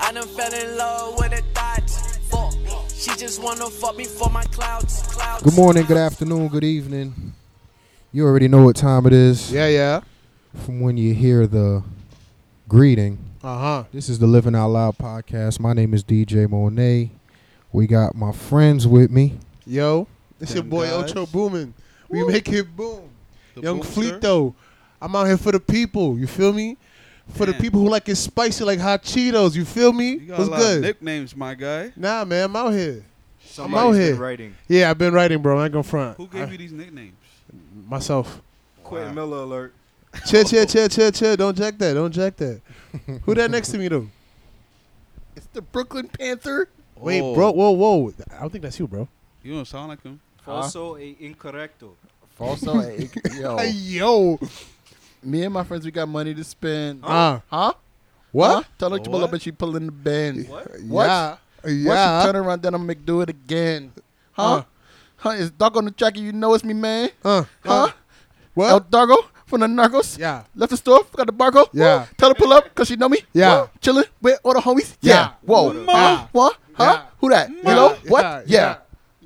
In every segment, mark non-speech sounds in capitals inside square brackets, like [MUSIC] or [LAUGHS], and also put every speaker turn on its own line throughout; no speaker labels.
I done fell in love with a thought. Fuck. She just wanna fuck me for my clouds. clouds.
Good morning, good afternoon, good evening. You already know what time it is
Yeah, yeah.
from when you hear the greeting.
Uh huh.
This is the Living Out Loud podcast. My name is DJ Monet. We got my friends with me.
Yo, it's your
Them
boy
guys.
Ocho Boomin. We make it boom.
The
Young
Boomster.
Fleeto. I'm out here for the people. You feel me? For the
Damn.
people who like it spicy, like hot Cheetos. You feel me?
You got
What's
a lot
good?
of nicknames, my guy.
nah, man, I'm out here.
Somebody's
out
been
here.
writing.
Yeah, I've been writing, bro. I ain't gonna front.
Who gave
I-
you these nicknames?
myself?
Quentin Miller alert.
Chill, chill, chill, chill, chill. Don't jack that. Don't jack that.
[LAUGHS]
who that next to me though?
It's the Brooklyn Panther.
Wait,
Oh,
bro. Whoa, whoa. I don't think that's you, bro.
You don't sound like him.
Also a incorrecto.
Also, it- yo,
Hey, yo.
me and my friends, we got money to spend.
Ah,
Huh? Huh?
what?
Tell her to pull
What?
up and she pull in the bend. What? What?
Yeah.
Once she
Yeah.
turn around, then I'm gonna do it again. Huh?
Uh.
Huh? Is Doggo on the track and you know it's me, man?
Uh,
Huh? El
what?
Doggo from the Narcos?
Yeah.
Left the store, forgot the barcode.
Yeah.
Woo. Tell her to pull up because she know me.
Yeah.
Woo. Chilling with all the homies.
Yeah.
Whoa.
Ma.
Ah. What? Huh?
Yeah.
Who that?
Ma.
Hello?
Yeah.
What?
Yeah.
Yeah.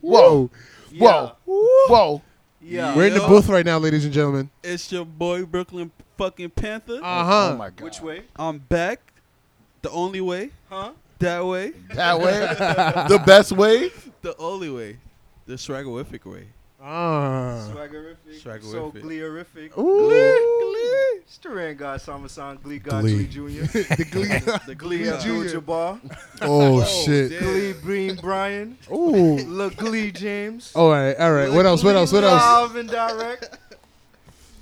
Whoa. Whoa. Whoa.
Yeah.
We're in the
Yo.
booth right now, ladies and gentlemen.
It's your boy Brooklyn fucking Panther.
Uh
Uh-huh.
Oh
huh.
my God.
Which way?
I'm back. The only way.
Huh?
That way.
That way. the best way.
The only way. The swaggerific way.
Uh-huh.
Ah.
Swaggerific.
Swaggerific.
So gleerific.
Ooh.
Stran God, Samasan, Glee God, Glee,
[LAUGHS]
Jr.
the
[LAUGHS]
glee.
The
Glee
[LAUGHS]
Abdul Jabbar.
Oh, shit.
Glee Breen Bryan. [LAUGHS]
Ooh.
La Glee James.
All right, all right. What
La
else? What else? What
Glee
else?
Live and
[LAUGHS]
direct.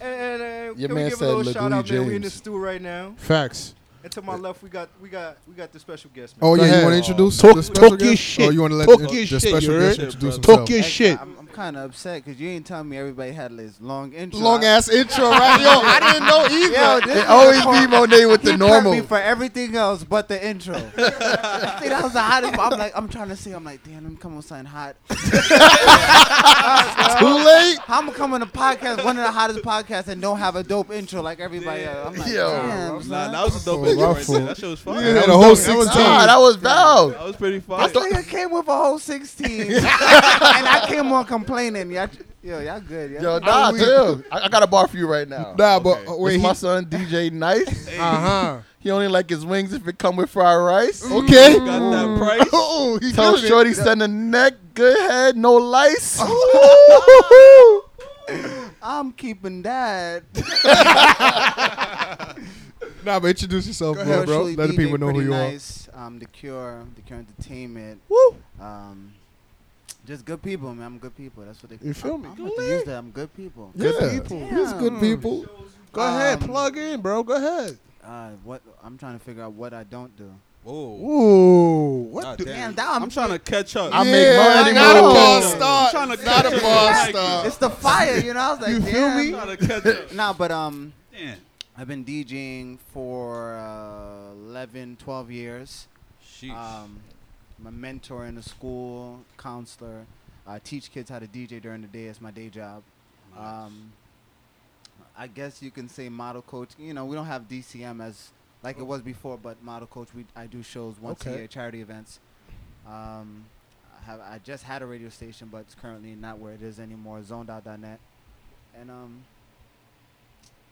And, and uh,
Your
can
man
we give
said
a little
La
shout
Glee
out, man? We in the
James.
stew right now.
Facts.
And to my left, we got we got we got the special guest. Man.
Oh,
Go
yeah,
ahead.
you want to introduce
Talk-
the special
talk your
guest?
shit.
Oh, you want to let
Talk
the,
your
the
shit,
special
you
guest
heard?
introduce
Talk
himself?
your shit.
I'm, I'm kind of upset because you ain't telling me everybody had this long intro.
Long
I-
ass intro, right? Yo, I didn't know either.
Yo, this
It always be Monet with
he
the
prepped me
normal.
for everything else but the intro. I think that was the hottest. But I'm like, I'm trying to see. I'm like, damn, let me come on something hot.
Too late.
How I'm gonna come on a podcast, one of the hottest podcasts, and don't have a dope intro like everybody else? I'm like,
Yo.
damn, son.
Nah, that was a dope
Ruffle, ruffle.
intro right there. That shit was fire.
Yeah,
That
the
was-
whole
That was
16.
nah, that was Val.
that was pretty fire.
This nigga came with a whole 16, and I came on complaining. Y'all, yo, y'all good. Y'all
Yo, nah, chill. I, I got a bar for you right now.
Nah, but uh,
It's
wait.
my son DJ Nice.
Uh huh.
He only like his wings if it come with fried rice.
Okay.
Got that price.
[LAUGHS]
Oh, he
Tell
killing it.
Shorty send a neck, good head, no lice.
Oh,
I'm keeping that.
[LAUGHS] Nah, but introduce yourself,
Yo,
bro. bro.
Shirley
Let the
D
people
did
know who
pretty
you are.
nice. Um, the Cure, The Cure Entertainment.
Woo.
Um, just good people, man. I'm good people. That's what they.
You feel me?
I'm gonna use that. I'm good people.
Good
people.
He's good
Damn.
people.
Go ahead,
Um,
plug in, bro. Go ahead.
Uh, what I'm trying to figure out what I don't do.
Whoa.
Ooh. What?
God
the-
damn.
Damn, that I'm,
I'm trying to catch up.
I
I'm
make money.
not a
move.
ball
I'm
star.
trying
Not
to catch
a
up.
ball star.
It's the fire, you know. I
[LAUGHS]
was like,
You feel
damn.
me?
trying to catch
[LAUGHS]
up.
Nah, but um,
Damn.
I've been DJing for uh, 11, 12 years.
Sheesh.
Um, I'm a mentor in the school, counselor. I teach kids how to DJ during the day. It's my day job. Um, I guess you can say model coach. You know, we don't have DCM as like it was before, but model coach. We I do shows once
Okay.
a year, charity events. Um, I have I just had a radio station, but it's currently not where it is anymore. Zonedout.net, and um,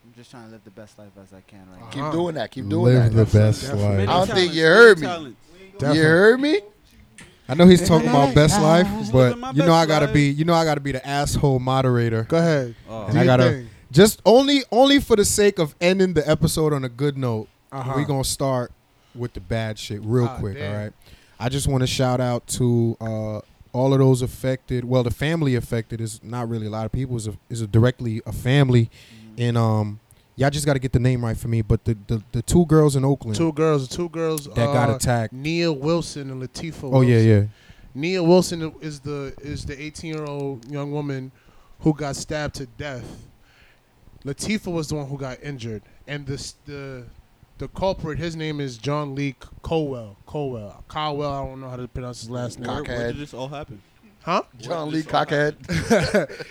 I'm just trying to live the best life as I can right now.
Keep
Uh-huh.
doing that. Keep doing
Live the
that.
best
Definitely.
life.
I don't
Many
think you
talents,
heard
many
me.
talents.
Definitely.
You heard me?
I know he's
[LAUGHS]
talking about
Hey,
best
uh,
life,
Just
but
living my
you know
best
I gotta
life.
be, you know I gotta be the asshole moderator.
Go ahead.
Oh.
And I gotta just only, only for the sake of ending the episode on a good note.
Uh-huh.
We gonna start with the bad shit real
Ah,
quick.
damn.
All right. I just want to shout out to uh, all of those affected. Well, the family affected is not really a lot of people. Is is a directly a family,
Mm-hmm.
and um, y'all just gotta get the name right for me. But the the, the two girls in Oakland
Two girls. Two girls.
that got
uh,
attacked.
Nia Wilson and Latifah.
Oh yeah,
Wilson.
yeah.
Nia Wilson is the is the 18 year old young woman who got stabbed to death. Latifah was the one who got injured, and this the the culprit. His name is John Lee Colwell. Colwell. Colwell. I don't know how to pronounce his last name.
Where, where
Cockhead.
did this all happen?
Huh?
John Lee Cockhead.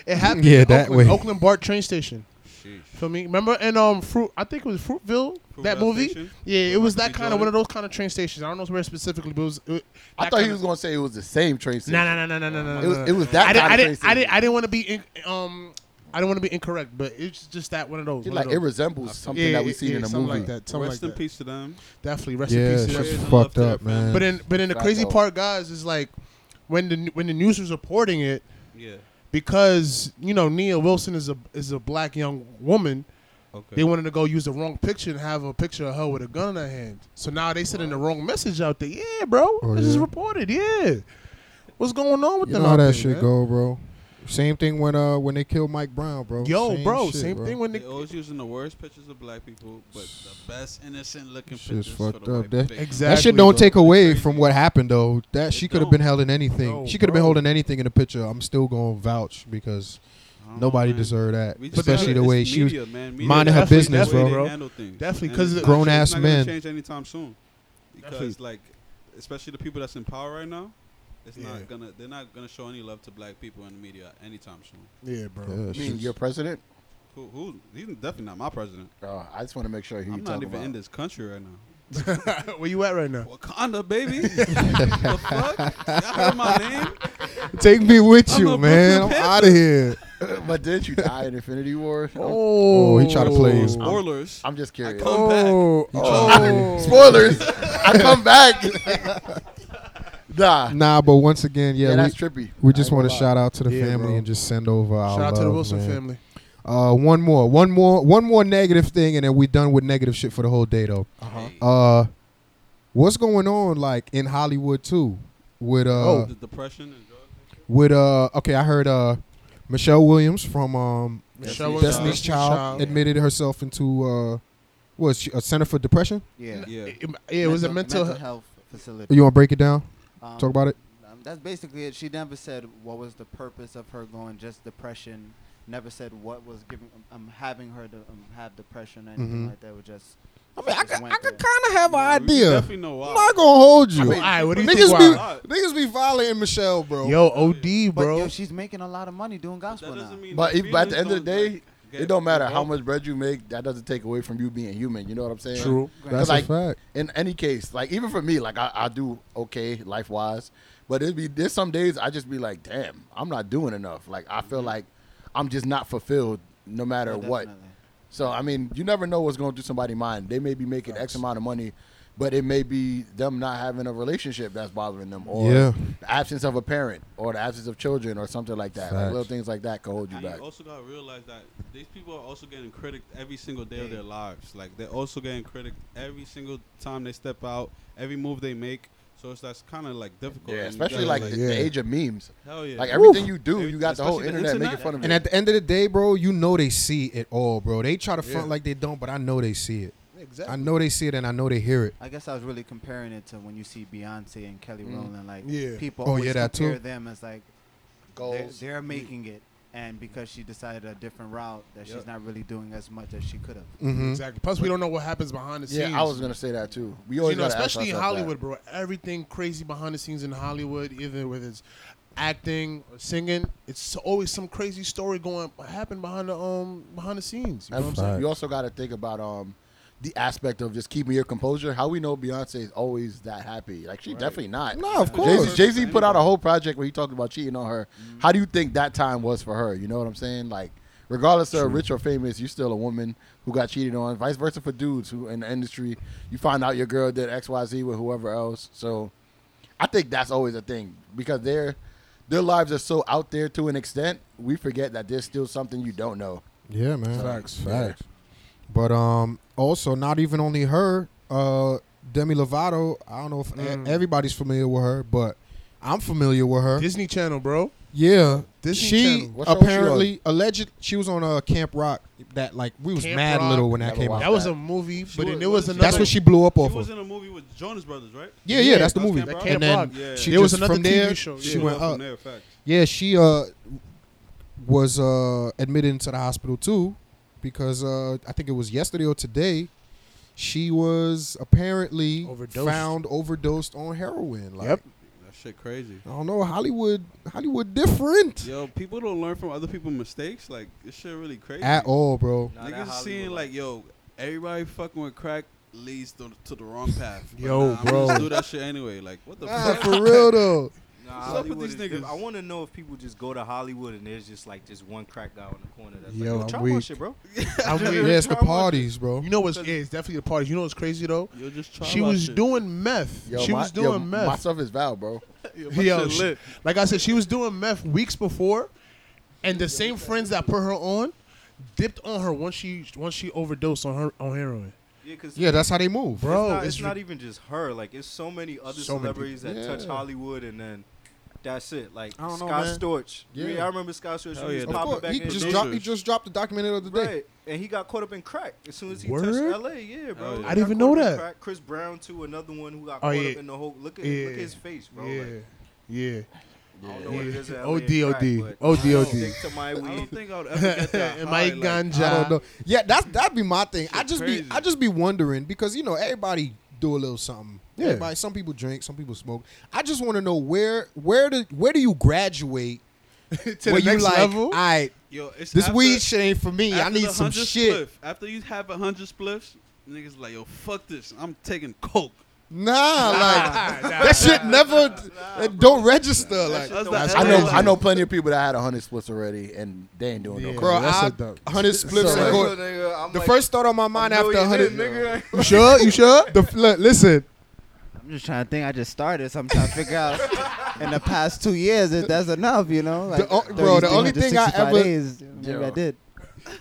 It happened.
Yeah,
in
that
Oakland,
way.
Oakland BART train station. Feel me? Remember in um fruit? I think it was Fruitville. that movie. Yeah, it was that
Michael B.
kind of one of
Jordan?
those kind of train stations. I don't know where specifically, but it was. It,
I thought he was gonna say it was the same train station.
No, no, no, no, no, no.
It was- it was that
I didn't.
kind
I
of
didn't.
train
I didn't. I didn't want to be in, um. I didn't want to be incorrect, but it's just that one of those.
It,
one
like
of
it
those.
resembles something that we seen in a
something
movie.
like that. Something
Rest
like
in
that.
peace to them.
Definitely rest in
Yeah,
peace. to
shit.
that.
shit's
Cheers.
fucked
Love to
up,
that,
man.
man.
But in but in the
Right,
crazy
though.
part, guys, is like when the when the news was reporting it
Yeah.
because you know Nia Wilson is a is a black young woman.
Okay.
They wanted to go use the wrong picture and have a picture of her with a gun in her hand. So now they sending the wrong message out there. Yeah, bro,
Oh,
this is
yeah?
reported. Yeah, what's going on with
you
them?
know how
out
that
there,
shit
man?
go, bro. Same thing when uh when they killed Mike Brown, bro.
Yo,
same
bro,
shit,
same
bro.
thing when
they
they
always using the worst pictures of black people, but the best innocent looking
Shit's
pictures for
fucked
the
up.
white
That-
picture.
exactly.
That shit don't
bro.
take away from what happened though. That she could have
don't.
been held in anything.
No,
she could have been
bro.
holding anything in the picture. I'm still gonna vouch because
I don't
nobody
know, man.
deserved that,
We just
especially
gotta-
the way
it's
she was.
media, man. Media
minding
is
her
definitely
business,
the way
bro.
they
bro.
handle things.
Definitely,
And
'cause
it's
grown
not gonna-
ass
it's not gonna
men.
change anytime soon. Because
Definitely.
like, especially the people that's in power right now, it's
Yeah.
not gonna. They're not gonna show any love to black people in the media anytime soon.
Yeah, bro.
Yeah,
I mean,
shit's-
your president?
[LAUGHS]
Who? Who? He's definitely not my president.
Oh, I just want to make sure who you
I'm not
talking
even
about. [LAUGHS]
in this country right now.
[LAUGHS] Where you at right now?
Wakanda,
[LAUGHS]
baby. the fuck? Y'all heard my name?
[LAUGHS] Take me with
I'm
you,
a
man. I'm
Brooklyn
out of here.
but did you die in Infinity War? I'm,
Oh,
he tried to play Oh. you.
Spoilers.
I'm just curious.
come back.
Spoilers. I
[LAUGHS]
come back. nah.
Nah, but once again,
Yeah,
yeah,
that's
we,
trippy.
we
I
just
ain't
want to
gonna
shout out to the
Yeah,
family
bro.
and just send over our
Shout out to the
love,
Wilson
man.
family.
Uh, one more, one more, one more negative thing, and then we done with negative shit for the whole day though.
Uh-huh.
Uh, what's going on like in Hollywood too with uh
Oh, the depression and drugs.
with uh okay I heard uh Michelle Williams from um
Michelle
Destiny's
Destiny's Child, admitted herself into uh was she, a center for depression.
Yeah.
Yeah.
It, it was a mental.
mental
he-
health facility.
You want to break it down?
Um,
Talk about it.
Um, that's basically it. She never said what was the purpose of her going just depression. Never said what was giving um, having her to um, have depression or anything
Mhm.
like that. It was just.
I mean, I
just
can,
went
I can
there.
kind of have an
You know, you
idea.
Definitely know
I'm
why.
not gonna hold you.
All right, what do you think?
niggas
why?
be niggas be violating Michelle, bro.
Yo, OD,
But
bro.
yo, she's making a lot of money doing gospel
That
now.
doesn't mean
But, if, but at the end
feelings
of the
don't,
day,
like, get
it don't matter how
involved.
much bread you make. That doesn't take away from you being human. You know what I'm saying?
True.
That's
Like-
a fact.
in any case, like even for me, like I, I do okay life wise, but it'd be there's some days I just be like, damn, I'm not doing enough. Like I feel like I'm just not fulfilled no matter
Yeah,
what.
definitely.
So I mean, you never know what's going through somebody's mind. They may be making X amount of money, but it may be them not having a relationship that's bothering them, or
Yeah.
the absence of a parent, or the absence of children, or something like that. Like
Facts.
little things like that can hold you
And
back.
you also gotta realize that these people are also getting critiqued every single day of their lives. Like they're also getting critiqued every single time they step out, every move they make. So it's that's kind of like difficult. And
Yeah,
you
especially
gotta,
like,
like,
the,
yeah.
the age of memes.
hell yeah,
Like everything you do,
Every-
you got the whole
especially the
internet, making
internet.
fun of it.
And at the end of the day, bro, you know they see it all, bro. They try to front
Yeah.
like they don't, but I know they see it.
Exactly.
I know they see it, and I know they hear it.
I guess I was really comparing it to when you see Beyonce and Kelly Rowland. Like
Yeah.
people
Oh,
always
Mm. yeah, that too. Oh,
compare them as like they're,
Goals.
they're making it, and because she decided a different route, that she's not really doing as much as she could have.
Mm-hmm.
Exactly. Plus, we don't know what happens behind the scenes.
Yeah, I was gonna say that too. We
You
always
know,
gotta ask
especially in
ourselves that.
Hollywood, bro. Everything crazy behind the scenes in Hollywood, either whether it's acting or singing, it's always some crazy story going what happened behind the um behind the scenes. You know what I'm
And
saying?
Right.
You also got to think about um the aspect of just keeping your composure. How we know Beyonce is always that happy? Like she definitely not.
No, of
Jay
course.
Z Jay Z put out a whole project where he talked about cheating on her. How do you think that time was for her? You know what I'm saying? Like, regardless of rich or famous, you're still a woman who got cheated on. Vice versa for dudes who in the industry, you find out your girl did X Y Z with whoever else. So, I think that's always a thing because their their lives are so out there to an extent. We forget that there's still something you don't know.
Yeah, man.
Facts.
Facts. But um, also not even only her. Uh, Demi Lovato. I don't know if e-
Mm.
everybody's familiar with her, but I'm familiar with her.
Disney Channel, bro.
yeah,
Disney
she
Channel.
What show was she
apparently alleged she was on a uh, Camp Rock that like we was
Camp
mad
Rock.
little when that
Never
came
watched
out.
That was
that.
a movie, but then
was-
there
what
was
is it?
another.
That's what she blew up
She
off
was
of.
in a movie with Jonas Brothers, right?
Yeah, yeah,
Yeah,
that's the
that's
movie.
Camp Rock.
and
Camp
then
Rock.
Yeah.
she
There was
just
another
from
TV
there
show.
she
Yeah.
went
from
up.
there, facts.
Yeah, she uh was uh admitted into the hospital too because uh I think it was yesterday or today she was apparently
Overdosed.
found overdosed on heroin. Like
Yep.
That shit crazy.
I don't know. Hollywood, Hollywood, different
Yo, people don't learn from other people's mistakes. Like this shit really crazy.
at all, bro.
Nah, that
Niggas
Hollywood
seeing
life.
like yo, everybody fucking with crack leads to, to the wrong path. But
Yo,
nah, I'ma just
bro.
do that shit anyway. Like what the
Nah,
fuck?
for real
[LAUGHS]
though.
Nah,
What's up with
Hollywood
these
is diff-
niggas?
I want to know if people just go to Hollywood and there's just like just one crack guy on the corner. That's
Yo, I'm
like, Yo, try my
weak.
shit, bro.
I'm weird.
Yeah, it's the parties, bro.
You know what's yeah, it's definitely the parties. You know what's crazy though?
Yo, just try.
She
my
was
shit.
doing meth.
Yo,
she
my-
was doing
yo,
meth.
My stuff is Val, bro.
Yo, she- um, like I said, she was doing meth weeks before, and the same friends that put her on dipped on her once she once she overdosed on her on heroin.
Yeah, because
Yeah, that's how they move,
Bro,
it's, not,
it's
it's not
ri-
even just her. Like, it's so many other
So many
celebrities that touch
yeah.
Hollywood, and then that's it. Like
I don't know,
Scott
man.
Storch.
Yeah.
Yeah, I remember Scott Storch.
Hell
when he
yeah,
was
the-
Of
popping
course,
back
he
in the
just
day.
dropped. He just dropped the documentary the other day.
Right, and he got caught up in crack as soon as he
Word?
touched LA. Yeah, bro.
Oh, yeah. I
He got
didn't even
caught
know
up in
that.
crack. Chris Brown too, another one who got
Oh,
caught
yeah.
up in the whole. Look at
Yeah.
look at his face, bro.
yeah,
Like,
yeah.
I don't know what it is. at
Yeah.
LA and crack,
ODOD.
but
ODOD.
I stick to my
I
weed.
don't think I
[LAUGHS]
would ever
[LAUGHS]
get that.
and
high,
my
like,
ganja.
I don't know. Yeah, that's that'd be my thing. I
Shit
just
crazy.
be I just be wondering because you know everybody do a little something.
Yeah.
Everybody, some people drink, some people smoke. I just want to know where where do where do you graduate
to
where
the next
you like,
level.
all right,
Yo, it's
this
after-
weed shit ain't for me. I
after
need
the
some
100
shit.
Spliff, after you have a hundred spliffs, niggas like yo, fuck this. I'm taking coke.
Nah, like that shit never it don't register. like
shit don't
That's
I know.
crazy.
I know plenty of people that had hundred splits already, and they ain't doing
Yeah.
no.
bro,
coke.
that's
I
a dumb-
hundred spliffs.
so
and go-
Look, nigga, I'm
the
like
first thought on my
a
mind after
millionaire,
hundred.
[LAUGHS] nigga.
You sure? You sure? The, f- look, listen,
I'm just trying to think. I just started, so I'm trying to figure out in the past two years if that's enough. You know, like
The o- bro, the
30,
only thing I
365
ever-
days, maybe
Yeah.
I did.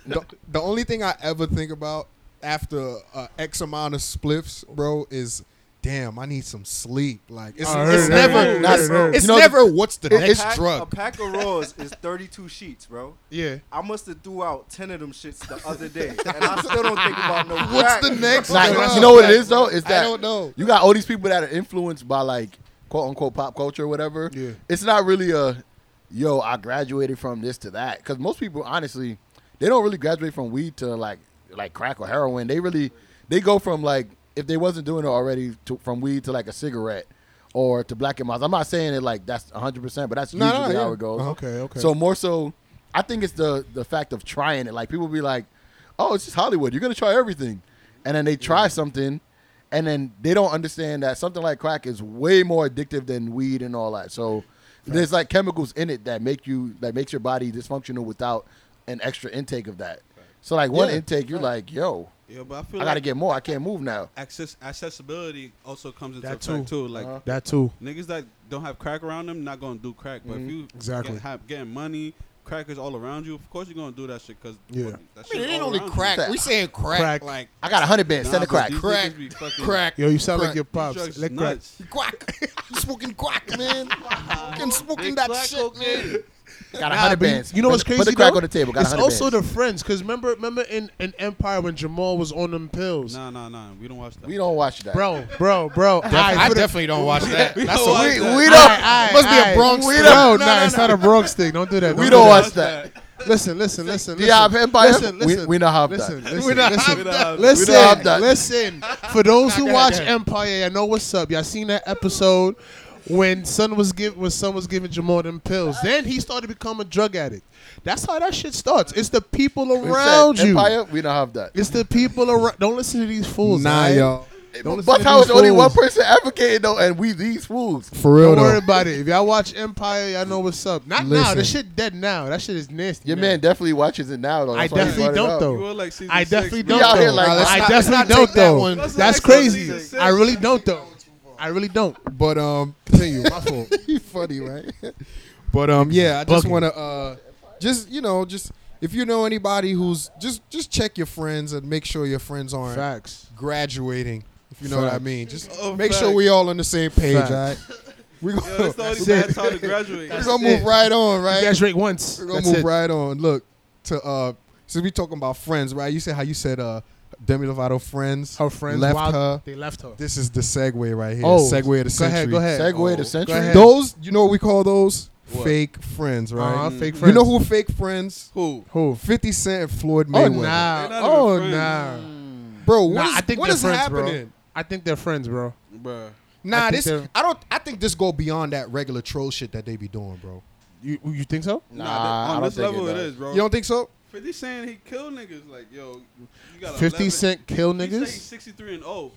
the, the only thing I ever think about after uh, X amount of spliffs, bro, is damn, I need some sleep. Like it's,
I
it's
heard,
never,
I heard, I
it's,
heard.
it's
You know,
never what's the
it-
next
pack, A
drug.
pack of rolls is 32 sheets, bro.
yeah.
I must have threw out 10 of them shits the other day, and I still don't think about no crack.
What's the next
Nah,
drug?
you know what it is though? Is that
I don't know.
You got all these people that are influenced by like quote unquote pop culture or whatever.
Yeah.
It's not really a yo, I graduated from this to that. Cause most people honestly, they don't really graduate from weed to like like crack or heroin. They really they go from like if they wasn't doing it already to, from weed to like a cigarette or to black and miles. I'm not saying it like that's 100, percent but that's
No, no,
usually
yeah.
how it goes.
Uh-huh.
Okay, okay.
So more so, I think it's the the fact of trying it. Like people be like, "Oh, it's just Hollywood. You're gonna try everything," and then they try something, and then they don't understand that something like crack is way more addictive than weed and all that. So there's like chemicals in it that make you that makes your body dysfunctional without an extra intake of that. So like one
Yeah.
intake, you're like, "Yo,
Yo, but I feel
I
like
gotta get more. I can't move now."
access accessibility also comes into
That
effect too. Like
Uh-huh.
That too.
niggas that don't have crack around them not gonna do crack. But
Mm-hmm.
if you
Exactly.
get, have, getting money, crackers all around you, of course you're gonna do that shit. Cause
Yeah.
that
I mean,
shit
it ain't
all
only
around you.
crack. We saying crack,
Crack.
like
I got a hundred bands.
Nah,
Send a
but
crack.
these
Crack.
niggas be fucking-
crack.
Yo, you sound
Crack.
like your
these
pops.
drugs
Lick crack.
nuts.
Quack. [LAUGHS] you smoking quack, man. Fucking smoking
Big
that
black
shit,
cocaine.
man.
Got a
Nah,
hundred
but you-
bands.
You know
Put
what's
the-
crazy?
Put the crack
though?
on the table. Got a
it's
hundred bands.
also the friends, because remember, remember in, in Empire when Jamal was on them pills,
Nah, nah, nah. We don't watch that. [LAUGHS]
we don't watch that,
bro, bro, bro. Aight,
I
put it-
definitely don't
[LAUGHS]
watch that. That's
don't
a
watch
we,
that.
we
[LAUGHS]
Aight,
don't.
aight,
must be a
aight.
Bronx
We
thing.
don't-
No,
No,
no,
no, it's not a Bronx thing. Don't do that.
We
do
don't
that.
watch that.
Listen, listen, listen.
Do you
listen.
have Empire?
Listen,
We-
listen.
we don't have that.
listen, Listen,
We don't
listen,
have
listen,
that.
We don't have that.
listen, listen. For those who
Okay,
watch
okay.
Empire, I know what's up. Y'all seen that episode when son was give when son was giving Jamal them pills. Then he started to become a drug addict. That's how that shit starts. It's the people
We said
around you.
Empire, we don't have that.
It's the people around. Don't listen to these fools.
Nah,
alright?
y'all.
Don't listen
But
to
how
these
is only one
fools.
person advocating though, and we these fools.
For
Don't
real
worry
though.
about it. If y'all watch Empire, y'all know what's up. Not now.
Listen.
This shit dead now. That shit is nasty.
Your man definitely watches it now though.
I
That's why he
definitely
brought it
don't
up.
though.
[LAUGHS]
You were like season
I
six,
definitely
we
don't
out
though.
here like- Nah, let's
not-
I
let's
definitely
not
don't
take that
though.
one.
Let's
That's
not take that
crazy.
season.
I really don't though. I really don't.
But um, continue. My fault.
You
[LAUGHS]
funny, right?
But um, yeah, I just
Bugging.
want to uh, just you know, just if you know anybody who's just just check your friends and make sure your friends aren't
Facts.
graduating. If you know what I
Facts.
mean, just
Oh,
make sure
facts.
we all on the same page.
Facts.
All
[LAUGHS]
right? We
Yo, that's the
gonna,
only
That's
bad
it.
time to graduate.
we
Yo,
gonna move
it.
right on, right?
You guys drink once.
We're gonna
That's
move
it.
right on. Look to uh, since we talking about friends, right? You said how you said uh, Demi Lovato friends,
Her friends
left
wild-
her.
They left her.
This is the segue right here.
Oh,
segue of the
go
century.
ahead. Go ahead.
Segway to
Oh,
century.
go ahead.
Those, you know what we call those?
What?
Fake friends, right? Oh,
Uh-huh, fake
You know
friends.
who fake friends?
Who?
Who?
50 Cent and Floyd
Oh
Mayweather.
nah.
They're not even
Oh
friends.
nah.
Bro, what
Nah,
is-
I think
what
they're
is
friends,
happening?
bro. I think they're friends, bro.
Bruh.
Nah,
I think
this
they're-
I don't I think this go beyond that regular troll shit that they be doing, bro.
You you think so?
Nah,
that-
I
on
don't
this
think
level
it
it
does.
is, bro.
You don't think so?
50 saying he killed niggas. Like, yo, you got
50
11
Cent kill
He say
niggas?
63 and 0.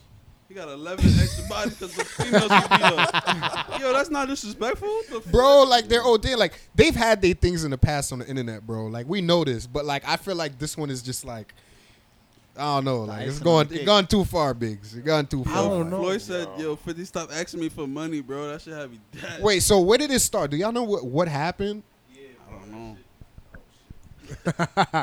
He got 11 extra bodies because the females can
[LAUGHS]
beat up. Yo, that's not disrespectful. The fuck?
bro. Like they're old day. Like they've had their things in the past on the internet, bro. Like we know this, but like I feel like this one is just like I don't know. Like it's
icing on
going,
the
it's
cake.
gone too far, Biggs. It's gone too far.
Floyd said, yo, 50, stop asking me for money, bro. That should have me dead.
Wait, so where did it start? Do y'all know what what happened?
I don't know.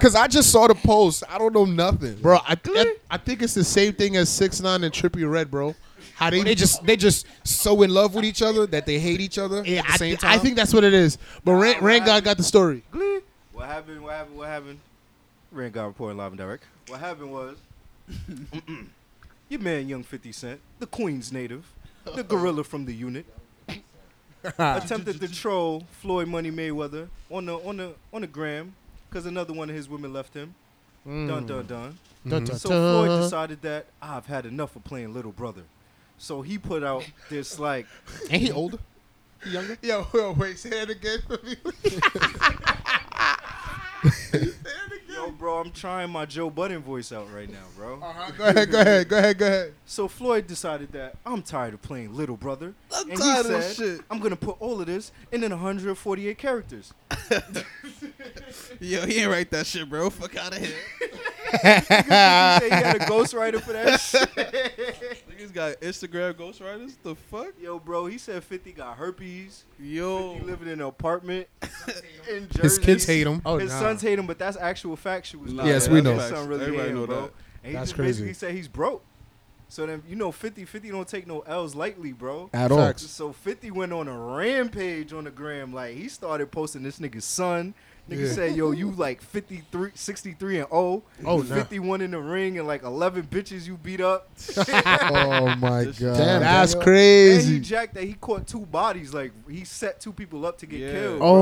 Cause I just saw the post. I don't know nothing,
Bro, I, I, I think it's the same thing as Six Nine and Trippy Red, bro. How they
They just they just so in love with each other that they hate each other
Yeah,
at the
I,
same
thi-
time.
I think that's what it is. But Rand, Rand God got the story.
What happened? What happened? What happened? Rain God reporting live and direct. What happened was, [LAUGHS] your man, Young Fifty Cent, the Queens native, the gorilla from the unit, attempted to troll Floyd Money Mayweather on the on the on the gram because another one of his women left him. Dun dun dun.
Dun, dun,
So
dun.
Floyd decided that I've had enough of playing little brother. So he put out this like
and he older.
Yo, yo, wait, say that again for me.
Yo, bro, I'm trying my Joe Budden voice out right now, bro.
Uh-huh. go ahead, go ahead, go ahead, go ahead.
So Floyd decided that I'm tired of playing little brother,
I'm
and
tired
he
of this
said,
shit.
"I'm gonna put all of this in an
[LAUGHS]
148 characters."
Yo, he ain't write that shit, bro. Fuck out of here.
[LAUGHS]
he said he had a ghostwriter for that [LAUGHS] shit.
Niggas got Instagram ghostwriters. The fuck?
Yo, bro, he said 50 got herpes.
Yo.
He living in an apartment [LAUGHS] in Jersey.
His kids hate him.
Oh,
His
nah.
sons hate him, but that's actual fact. She was
Nah,
like,
Yes,
"Yeah,
we
his
know.
son really
Everybody
hate him,
know
bro.
that.
And he
That's
just
crazy.
basically said he's broke. So then you know 50 50 don't take no L's lightly, bro.
At all.
Facts.
So 50 went on a rampage on the gram. Like, he started posting this nigga's son. Nigga
Yeah.
said, yo, you like 53, 63 and 0.
Oh,
You
nah.
51 in the ring and like 11 bitches you beat up.
[LAUGHS] Oh my god.
Just-
Damn,
That's
Daniel.
and he
crazy.
jacked that he caught two bodies. Like, he set two people up to get
Yeah.
killed. bro.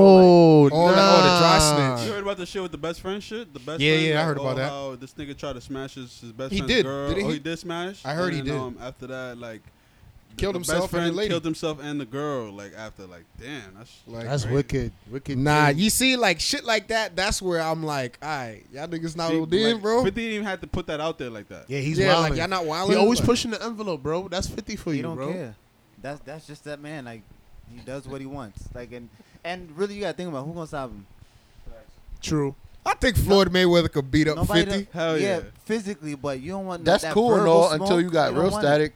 Like,
Oh,
All that- all the dry
nah.
snitch.
You heard about the shit with the best friend shit? The best
Yeah,
friend,
yeah, I
like,
heard about
oh,
that.
How this nigga tried to smash his, his best
He
friend's
did.
girl.
Didn't
oh,
he?
he did smash.
I heard
And
he
then,
did.
Um, after that, like the-
Killed
the
himself and
Best friend
the lady.
killed himself and the girl. Like after, like damn, that's
Like,
That's
right?
wicked. Wicked.
Nah,
thing.
you see, like shit like that. That's where I'm like, all right, y'all niggas not
See,
old in,
like,
bro.
Fifty didn't even have to put that out there like that.
Yeah, he's
yeah,
wilding.
like y'all not wild.
he always pushing the envelope, bro. That's 50 for
He
you,
don't
bro.
care. That's that's just that man. Like he does what he wants. Like and and really, you gotta think about who gonna stop him.
True.
I think Floyd Mayweather could beat up
Nobody.
Uh, fifty.
that-
Hell yeah.
physically, but you don't want
That's
that
cool and
verbal
all
smoke.
until you got
don't
real
want it.
static,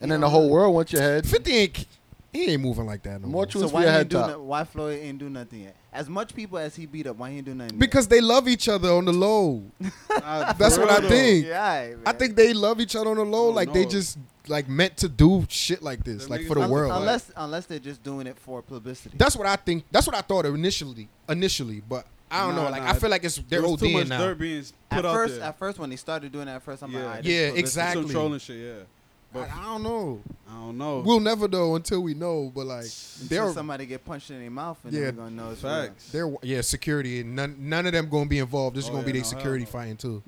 and
You
then the
don't
whole
want it.
world wants your head.
Fifty ain't he ain't moving like that no
More
more.
true
So
is
why
for your
he
head
ain't do
top.
no, why Floyd ain't do nothing yet? As much people as he beat up, why he ain't do nothing?
Because they love each other on the low. [LAUGHS]
Nah, for
That's
real
what I
though.
think.
yet? yeah, alright,
I
man.
think they love each other on the low.
Oh,
like they
no.
just like meant to do shit like this,
Them
like
niggas
for the
Un-
world.
unless unless they're just doing it for publicity.
that's what I think. That's what I thought initially. Initially, but I don't
Nah,
know. Like
nah.
I feel like it's
There
they're
was too
ODing
much
now.
dirt being s- put
at
out
first,
there.
at first when they started doing that, at first I'm
Yeah.
like, alright, this
Yeah,
is publicity.
Some
exactly.
trolling shit. Yeah,
I,
but I,
I don't know.
don't know.
We'll never know until we know. But like
Until
they're
somebody get punched in their mouth and
Yeah,
then we're gonna know it's real.
Facts.
They're yeah, security. and None none of them gonna be involved. This is
Oh,
gonna
yeah,
be their
no, hell
security
no.
fighting too.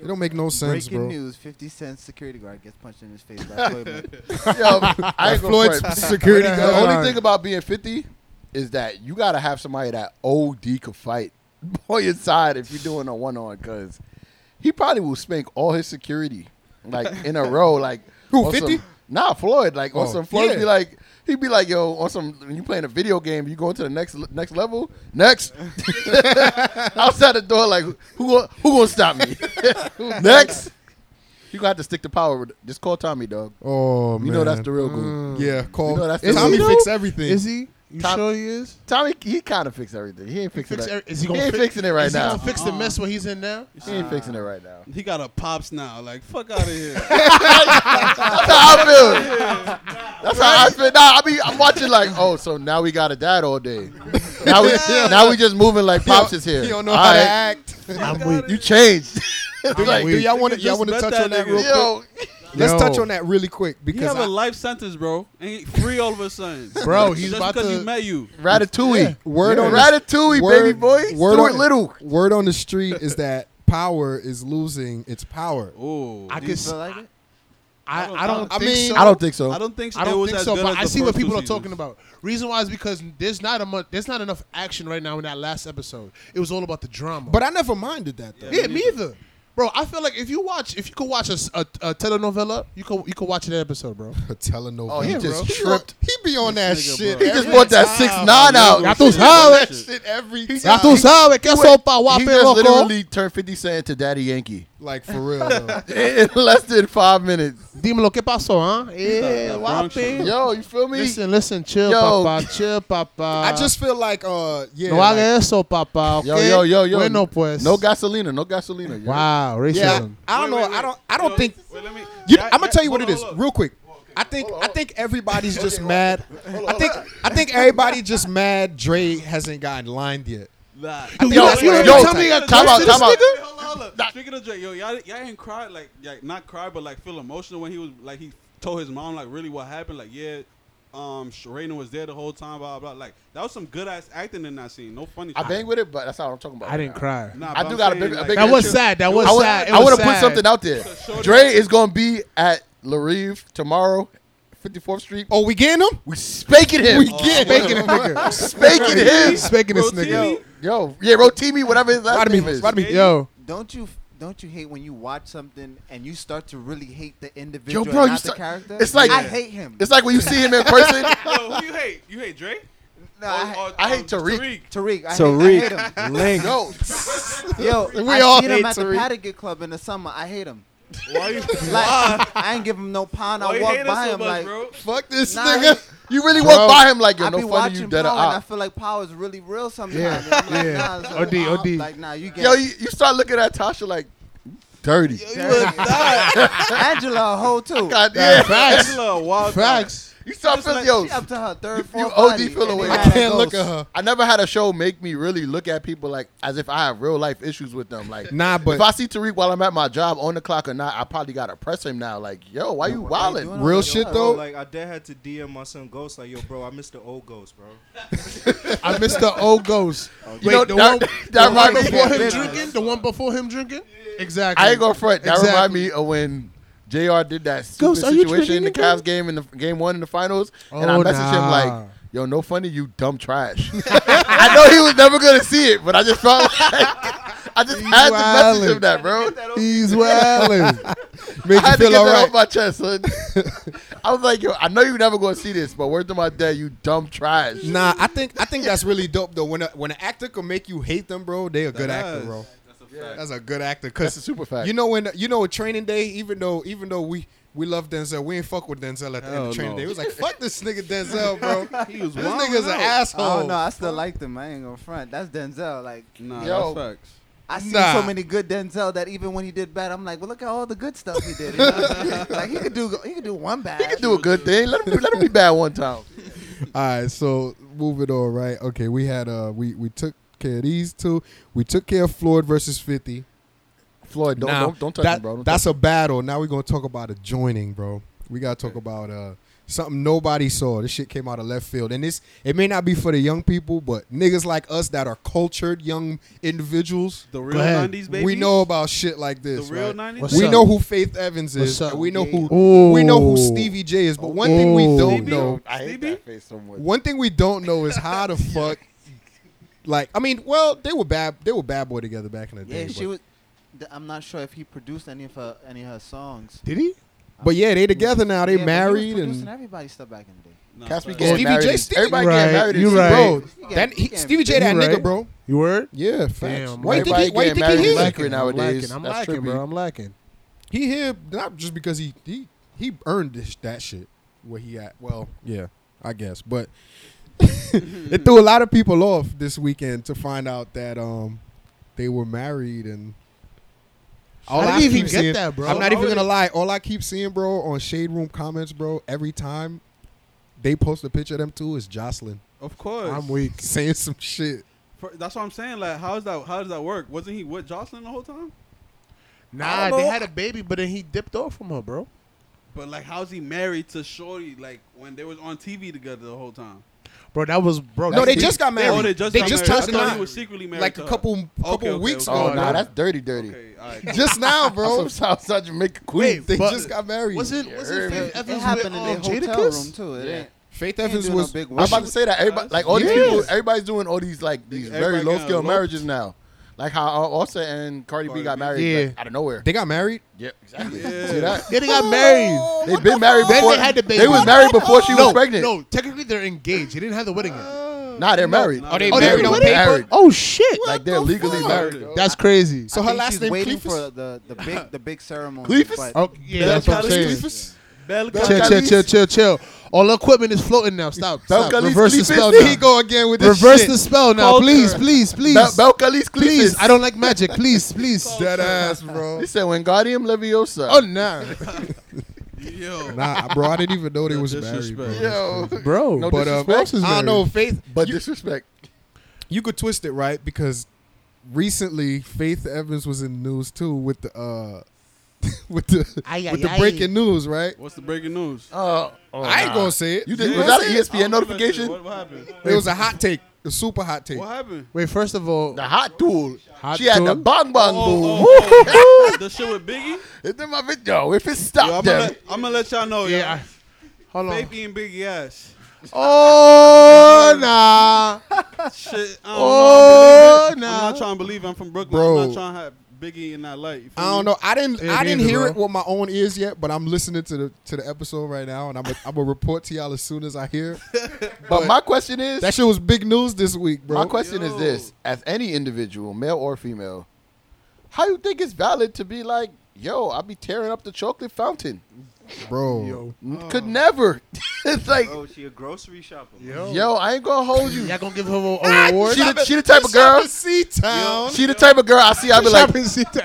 It don't make no sense,
Breaking
bro.
news: Fifty Cent security guard gets punched in his face by Floyd.
[LAUGHS]
Mayweather.
[LAUGHS] Yo, I ain't gonna
Floyd's
front.
security
The
guard.
only thing about being 50 is that you got to have somebody that OD could fight [LAUGHS] on your side if you're doing a one on because he probably will spank all his security like in a row. Like,
[LAUGHS] Who,
on
50?
Some, nah, Floyd. Like, on
Oh,
some Floyd
yeah.
be like, He'd be like, "Yo, on some when you playing a video game, you going to the next next level, next [LAUGHS] outside the door. Like, who gon- who gonna
[LAUGHS]
stop me? [LAUGHS] next, you got to stick to power. Just call Tommy, dog.
Oh man,
You know that's the real goon.
Mm.
yeah. Call
You know that's the
Tommy
real-
fix everything.
Is he? You
Top-
sure he is?
Tommy, he kind of fixed everything. He ain't fixing
Fix
it.
every- is he
he,
gonna
ain't
fix-
fixing it right
Is he
now.
gonna fix the mess what he's in now?
he ain't fixing it right now.
he got a pops now. Like fuck out of here.
[LAUGHS]
That's how I feel. That's how I feel. Nah, I be I'm watching like, oh, so now we got a dad all day. Now we now we just moving like pops is here.
He don't know
All
how to
right,
act.
I'm weak.
[LAUGHS]
You changed.
Do y'all- do
weak.
y'all want to
Nigga,
y'all
just
want to
let
touch
that
on that
nigga
real quick?
Yo,
Let's
Yo.
touch on that really quick
You
because
have a
I,
life sentence, bro. Ain't free all of a sudden,
Bro, he's
Just
about
because
to-
you met you.
Ratatouille.
word on the-
Ratatouille,
word-
baby boy.
word
Stuart
on-
Little.
word on the street is that power is losing its power.
Oh,
I
Do
can
you
s-
feel like it?
I,
don't-
I don't.
I
think
mean-
so.
I don't think so.
I don't think so.
I
it
don't
was
think
as
so,
good
but
as
I
the
see what
first
people
two
are talking
seasons.
about. Reason why is because there's not a much, there's not enough action right now in that last episode. It was all about the drama.
But I never minded that though.
yeah, me either, bro. I feel like if you watch, if you could watch a, s- a- a telenovela, you could you could watch that episode, bro.
A telenovela.
Oh, he just
He be on-
tripped.
He be on that
nigga,
shit.
bro.
He
every
just bought that six nine out.
Got
those
He bought that
highlights.
shit every time.
Ya tú sabes que eso pa' guapo
He
y
just
loco.
literally turned 50 Cent to Daddy Yankee
[LAUGHS]
[LAUGHS]
Like
[LAUGHS]
for real. though.
in less than five minutes.
Dímelo que pasó, ah? Eh, huh?
that
Yeah,
wrong shit.
guapo.
Yo, you feel me?
Listen, listen, chill,
Yo.
papa, chill, papa.
I just feel like uh yeah.
no
like-
haga eso, papa.
yo,
okay?
yo, yo, yo.
Bueno, pues.
No gasolina, no gasolina. yo.
Wow, racism.
yeah, I, I don't
Wait,
know.
wait,
I
wait.
don't. I don't
Yo,
think.
wait, let me-
You,
that-
I'm gonna
that-
tell you
hold
what it
on,
is,
hold on.
real quick. I think I think everybody's just mad. I think I think everybody just mad. Dre hasn't gotten lined yet.
Nah.
Yo,
that's
you
what
don't
it is.
tell me you got
time
cursed
out,
to this
time out.
nigga?
Hold on, hold on. Speaking of Drake, yo, y'all, y'all didn't cry like, like not cry, but like feel emotional when he was like he told his mom like really what happened. Like yeah, um, Raina was there the whole time. Blah blah. blah. Like that was some good ass acting in that scene. No funny.
I
shit.
bang with it, but that's not what I'm talking about.
I didn't cry.
Nah, but
I do
I'm
got a
saying,
big- a
like,
big
That was
Chill.
sad. That was
I
sad.
would,
It
I
was
would have put
sad.
something out there.
shorty-
Dre is gonna be at Larive tomorrow, 54th Street.
Oh, we getting him?
[LAUGHS] we spanking him.
We get
Spanking this
[LAUGHS]
nigga.
spanking him.
Spanking this nigga.
Rotimi?
Yo, yeah, Rotimi, whatever his last name is.
Rodney-
Yo.
Don't you don't you hate when you watch something and you start to really hate the
Yo,
individual,
bro,
and
you
not the
start,
character?
it's like
I hate him.
It's like when you see him
[LAUGHS]
in person.
Yo, who you hate? You hate Dre?
no,
Or-
I, ha-
or,
I hate
um,
Tariq.
Tariq. I, Hate, I hate him.
Link.
Yo,
Yo,
We
I
all
seen him
hate
at the
Tariq.
Patagonic Club in the summer. I hate him.
Why you?
[LAUGHS] Like, I ain't give him no pound.
Why
I
you
walk
hate us
by
so
him
much,
like [LAUGHS]
bro?
Fuck this
Nah,
nigga.
you really
Bro.
walk by him like yo,
I
no
be
funny you
watching
dead
power,
or
and I
op.
feel like power is really real sometimes.
Yeah,
And I'm like,
yeah.
nah, it's
OD,
op.
OD.
Like, nah, you get
Yo, you, you start looking at Tasha like dirty.
Angela a
[LAUGHS]
hoe too.
God, yeah.
Facts.
[LAUGHS]
Angela, wild
Facts.
You start feeling yo.
She up to her
you-
third,
you
fourth
OD
body,
feel
and
away.
they
I
had
I
that
can't look
ghost.
at her.
I never had a show make me really look at people like as if I have real life issues with them. Like
Nah,
if
but
I see Tariq while I'm at my job on the clock or not, I probably gotta press him now. Like, yo, why you
why you
wildin'?
doing
real shit though.
Like I dad had to DM my son Ghost like, yo, bro, I missed the old Ghost, bro.
I missed the old ghost.
You know,
Wait, the
that,
one
that
the one
remind me.
before him
Yeah.
drinking? The one before him drinking? Exactly.
I ain't gonna front. That
Exactly.
remind me of when Jr. did that stupid
Ghost, are you
situation in the
drinking
Cavs game in the game one in the finals, and I
Oh,
messaged him
nah.
like, "Yo, no funny, you dumb trash." [LAUGHS] I know he was never gonna see it, but I just felt like I just had to message
wildin'.
him that, bro.
He's wilding. Make
[LAUGHS]
you
I had to get
feel
that off
alright.
my
[LAUGHS]
chest, son. I was like, "Yo, I know you never gonna see this, but word to my dad, you dumb trash."
Nah, I think I think that's really dope though. When a, when an actor can make you hate them, bro, they a good actor, bro.
That's a fact.
That's a good actor.
That's a
Cause
super fact.
you know when you know training day, even though even though we we love Denzel, we ain't fuck with Denzel at the end
Hell
of training
no.
day. It was like fuck this nigga Denzel,
[LAUGHS]
bro.
He was
this
wild.
nigga's an asshole.
Oh [LAUGHS] no, I still like them. I ain't gonna front. That's Denzel. Like
Nah,
Yo.
that's facts.
I seen
Nah.
so many good Denzel that even when he did bad, I'm like, well, look at all the good stuff he did. you know?
[LAUGHS]
like he could do, he could do one bad.
he can do a good thing. Let him do, let him be bad one time.
All right, so moving on, right? Okay, we had uh we we took care of these two. We took care of Floyd versus Fifty.
Floyd, don't
Now,
don't, don't touch
that-
him, bro. Don't touch
that's a battle. Now we're gonna talk about adjoining, bro. We gotta talk about uh something nobody saw. This shit came out of left field, and this it may not be for the young people, but niggas like us that are cultured young individuals,
The real
ahead.
'90s baby.
we know about shit like
the
this.
real
right?
'90s.
What's
We
up?
know who Faith Evans
What's
is.
up?
and we know who
Ooh.
we know who Stevie J is. But one thing we
Ooh.
don't
Stevie?
know.
him. I hate
Stevie?
that face so much.
One thing we don't know is how the fuck. Like I mean, well, they were bad. They were bad boy together back in the day.
Yeah, she
but,
was. th- I'm not sure if he produced any of her any of her songs.
Did he?
but yeah, they together now. They
Yeah, but he
married
was producing
and
everybody stuff back in the day.
Nah,
Caspi
facts.
getting
Stevie J
married. in-
Stevie-
Everybody
Right,
getting married. in
you
secret.
right.
bro. Oh. That he, Stevie J, that
You
nigga,
right.
bro.
You word?
Yeah, facts.
Damn,
why you think he?
everybody
Why you think he
getting married
here?
black. secret nowadays.
I'm
That's
lacking,
trippy.
bro. I'm lacking.
He here not just because he he he earned this, that shit where he at. Well, yeah, I guess, but [LAUGHS] it threw a lot of people off this weekend to find out that um they were married and. All
How
I
did he
keep
even get
seeing-
that, bro?
I'm not
How
even
is
gonna lie. All I keep seeing, bro, on shade room comments, bro, every time they post a picture of them two is Jocelyn.
Of course.
I'm weak, [LAUGHS] saying some shit.
For- that's what I'm saying. Like, how is that? How does that work? Wasn't he with Jocelyn the whole time?
Nah,
don't
they
know.
had a baby, but then he dipped off from her, bro.
But like, how's he married to Shorty? Like when they was on TV together the whole time.
bro. That was bro.
No,
that's
they
deep.
just got married.
Oh, they just got married. I
touched
thought
on
he was secretly married
like
to
a
her.
couple couple
Okay, okay,
weeks
okay.
Oh,
ago.
nah,
bro.
that's dirty, dirty.
Okay,
[LAUGHS]
all right.
just now, bro.
Some South Side Jamaica queen.
Wait,
They
but
just got married.
Wasn't wasn't Faith
It,
Evans with
happened in
um,
their hotel
Jadakiss?
room too. It
Yeah.
ain't-
Faith
they ain't
Evans
doing no
was.
big
I'm about
wedding.
to say that everybody, like all these
Yes.
people, everybody's doing all these like these very
Everybody
low
got
scale
eloped.
marriages now. Like how uh, Offset and Cardi, B
Cardi
got
B.
married
Yeah.
like, out of nowhere.
They got married.
Yep, exactly.
Yeah.
See that?
Yeah, they got married.
They've been married
Then
before.
they had the baby.
was married before she was
no,
pregnant.
No, technically they're engaged. They didn't have the wedding yet.
Nah, they're married.
Oh,
they
Oh,
married on
wedding?
paper?
Oh shit!
Like they're legally married.
That's crazy.
So
I
her
think
last
she's
name
waiting
Cleefus?
for the, the big the big ceremony.
Cleefus?
but-
Oh, yeah, that's what I'm
Bella
saying.
Cleefus?
Bella
Chill,
Cali-
chill, chill, chill, chill. All equipment is floating now. Stop. stop.
Belcalis
Reverse the
Cleefus?
spell
Here he
now.
go again with this
Reverse
shit.
the spell now,
Culture.
please, please, please,
Bel- Belcalis
please.
Cleefus.
I don't like magic. Please, please.
[LAUGHS] dead ass, bro.
[LAUGHS] He said Wingardium Leviosa.
Oh no,
Yo.
nah, bro. I didn't even know they
Yo,
was married,
disrespect.
bro.
Yo.
bro.
No
But um,
disrespect.
I don't know. Faith,
But
you,
disrespect.
you could twist it right because recently Faith Evans was in the news too with the uh [LAUGHS] with the
Ay,
with
ay,
the
ay.
breaking news, right?
What's the breaking news?
Oh,
I ain't gonna say it.
You did,
Yeah.
was that
I
an
said-
I
ESPN
don't know that shit.
notification?
What, what happened?
It was a hot take, a super hot take.
What happened?
Wait, first of all,
The hot tool.
Hot
she had
tool?
the bang bang boom.
Oh, oh, oh. the shit with Biggie?
It's in my video. If it
Yo, I'm
stopped
gonna
them.
let, I'm gonna let y'all know.
yeah.
Yeah.
Hold
Yo.
on.
Baby and Biggie ass.
Oh nah.
Shit. I don't
Oh
know. I'm
nah.
not trying to believe I'm from Brooklyn.
Bro.
I'm not trying to have Biggie in that light. You feel
I don't
me?
know. I didn't.
Yeah,
I
me
didn't
neither,
hear it
bro.
with my own ears yet, but I'm listening to the to the episode right now, and I'm a, I'm gonna report to y'all as soon as I hear. it.
But my question is,
That shit was big news this week, bro.
my question is this: as any individual, male or female, how you think it's valid to be like, yo, I be tearing up the chocolate fountain?
bro.
Oh.
N- Could never. [LAUGHS] it's like,
Oh, she a grocery shopper.
yo, I ain't gonna hold you.
Y'all gonna give her
Ah,
a award?
She the, she the type of girl.
C town.
She the type of girl I see. I be like,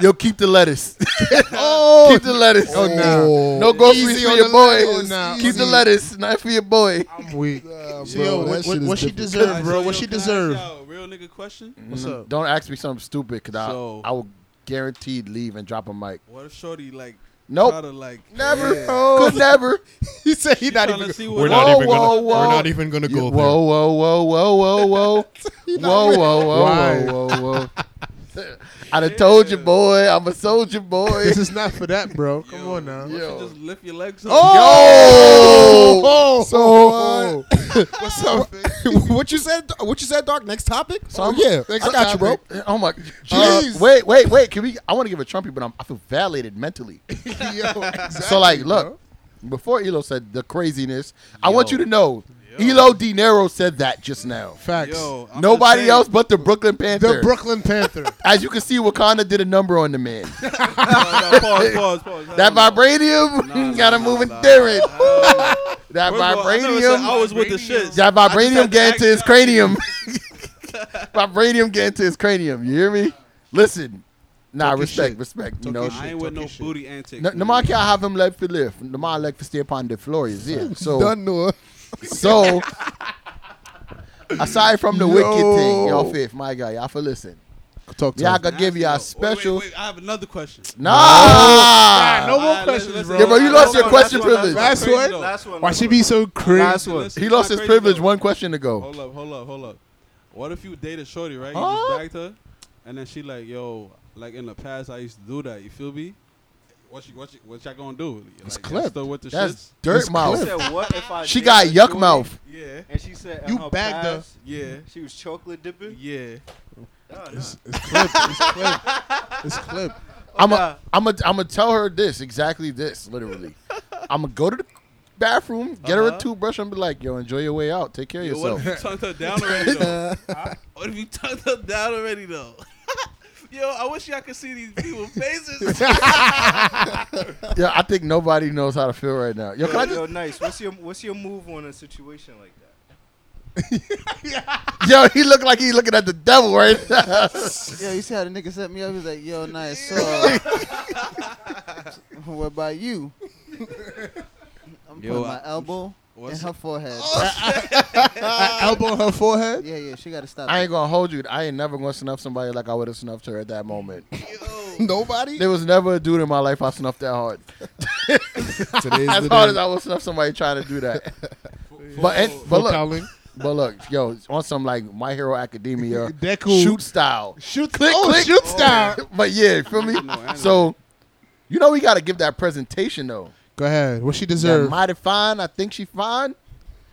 yo, keep the lettuce. [LAUGHS]
Oh,
keep the lettuce.
Oh, nah.
No groceries
Easy
for
on
your
the
boy.
lettuce. Oh, nah.
Keep the
Easy.
lettuce, not for your boy.
I'm weak.
Nah,
So,
bro,
yo,
that
what,
shit
what,
is
what she
different.
All right,
deserve,
so,
bro? What
yo,
she
can I ask
deserve?
y'all a Real nigga question.
What's up?
Mm-hmm. Don't ask me something stupid, cause I
So-
I will guaranteed leave and drop a mic.
What if Shorty like?
Nope.
Try to like.
Never, [LAUGHS] could never.
[LAUGHS] he said he
She
not
tryna
even.
see what-
We're not
Whoa,
even gonna.
whoa,
We're
whoa.
not even gonna
You-
go there.
whoa, whoa, whoa, whoa, whoa, [LAUGHS] whoa, whoa, whoa,
Why?
whoa, whoa, whoa, [LAUGHS] whoa. I done told you, boy. I'm a soldier,
[LAUGHS]
boy.
This is not for that, bro. Come on now.
What
Yo. Oh!
if you just lift your legs up?
[LAUGHS] Yo.
Oh,
Oh,
[LAUGHS] So uh, what's up? [LAUGHS] what you said? What you said, Doc? Next topic. So oh, yeah, I got you, bro.
Oh my.
Jeez.
Uh, wait, wait, wait. Can we? I want to give a Trumpy, but I'm, I feel violated
[LAUGHS]
mentally. so like, look. Before Elo said the craziness, I want you to know, Elo Di Niro said that just now.
Facts.
Yo, I'm just
Nobody
saying.
else but the Brooklyn Panther.
the Brooklyn Panther.
As you can see, Wakanda did a number on the man.
[LAUGHS] No, no, pause, pause, pause. Hell
[LAUGHS] That
no.
vibranium [LAUGHS]
Nah,
got him
nah,
moving
nah, [LAUGHS]
different. that
First of all, I never said I
vibranium,
was with the shit.
that
I just
vibranium
had to
getting to his
act [LAUGHS]
cranium. vibranium getting to his cranium. You hear me? Listen, nah,
Talk your
respect,
shit.
respect. You
Talk
know,
your
I
shit.
ain't with
Talking
no
shit.
booty antics.
no, no
man.
man can have him leg for live. No man leg for stay upon the floor. Is it? So,
Done, Noah.
so. Aside from the wicked thing,
Yo.
y'all faith, my guy, y'all for listen.
Talk to
Y'all
him.
gonna give you
Yo,
a
wait,
special.
Wait, wait, I have another question.
Nah.
No more
Alright,
questions,
let's-
bro.
Yeah, bro, you
No
lost your
more,
question
that's what- that's
privilege.
Last
crazy,
one?
though.
Last one.
Why
last
she
one.
be so
Last
crazy?
one.
Listen,
He
it's
lost
not
his
crazy,
privilege
though. Oh,
one question ago.
Hold up, hold up, hold up. What if you dated Shorty, right? You
Huh?
just bagged her, and then she like, yo, like in the past I used to do that. You feel me? What you what you what y'all gonna do? Like,
It's
y'all
clipped.
Still with the
That's
shits?
dirt
She
mouth.
said, "What if I?"
She
dated
got yuck
Shorty?"
mouth.
Yeah,
And she said, in
You
her
bagged her.
past,
yeah,
She was chocolate dipping.
yeah.
Nah, nah.
It's, it's clip. It's clip. It's clip.
I'm
nah.
a, I'm a, I'm gonna tell her this exactly this
[LAUGHS]
literally. I'm gonna go to the bathroom, get her a
Uh-huh.
toothbrush, and be like, "Yo, enjoy your way out. Take care of
Yo, what
yourself."
if you turned her down
[LAUGHS]
already though? what if you turned her down already though? [LAUGHS] Yo, I wish y'all could see these people's
[LAUGHS]
faces.
yeah, I think nobody knows how to feel right now. Yo, can I
Yo,
just,
yo, nice. What's your What's your move on a situation like that?
yo, he looked like he looking at the devil right
[LAUGHS]
now.
Yo, you see how the nigga set me up? He was like, yo, nice. So, uh, [LAUGHS] what about you? I'm
Yo,
putting
I-
my elbow in
What's-
her forehead.
elbow on her forehead.
yeah, yeah, she got to stop.
I
that.
ain't gonna hold you. I ain't never gonna snuff somebody like I would have snuffed her at that moment. [LAUGHS]
Nobody.
There was never a dude in my life I snuffed
[LAUGHS]
that hard.
Today's
[LAUGHS]
[LAUGHS]
As hard as I would snuff somebody trying to do that. But and, but look,
Cowling.
But look, yo, on some like My
[LAUGHS]
Hero Academia
Deku.
shoot style.
Shoot,
Click,
[LAUGHS] oh,
click.
shoot style.
[LAUGHS] but yeah, you feel me?
know.
so, you know, we got to give that presentation though.
Go ahead. What she
That
deserve?
mighty fine. I think she fine.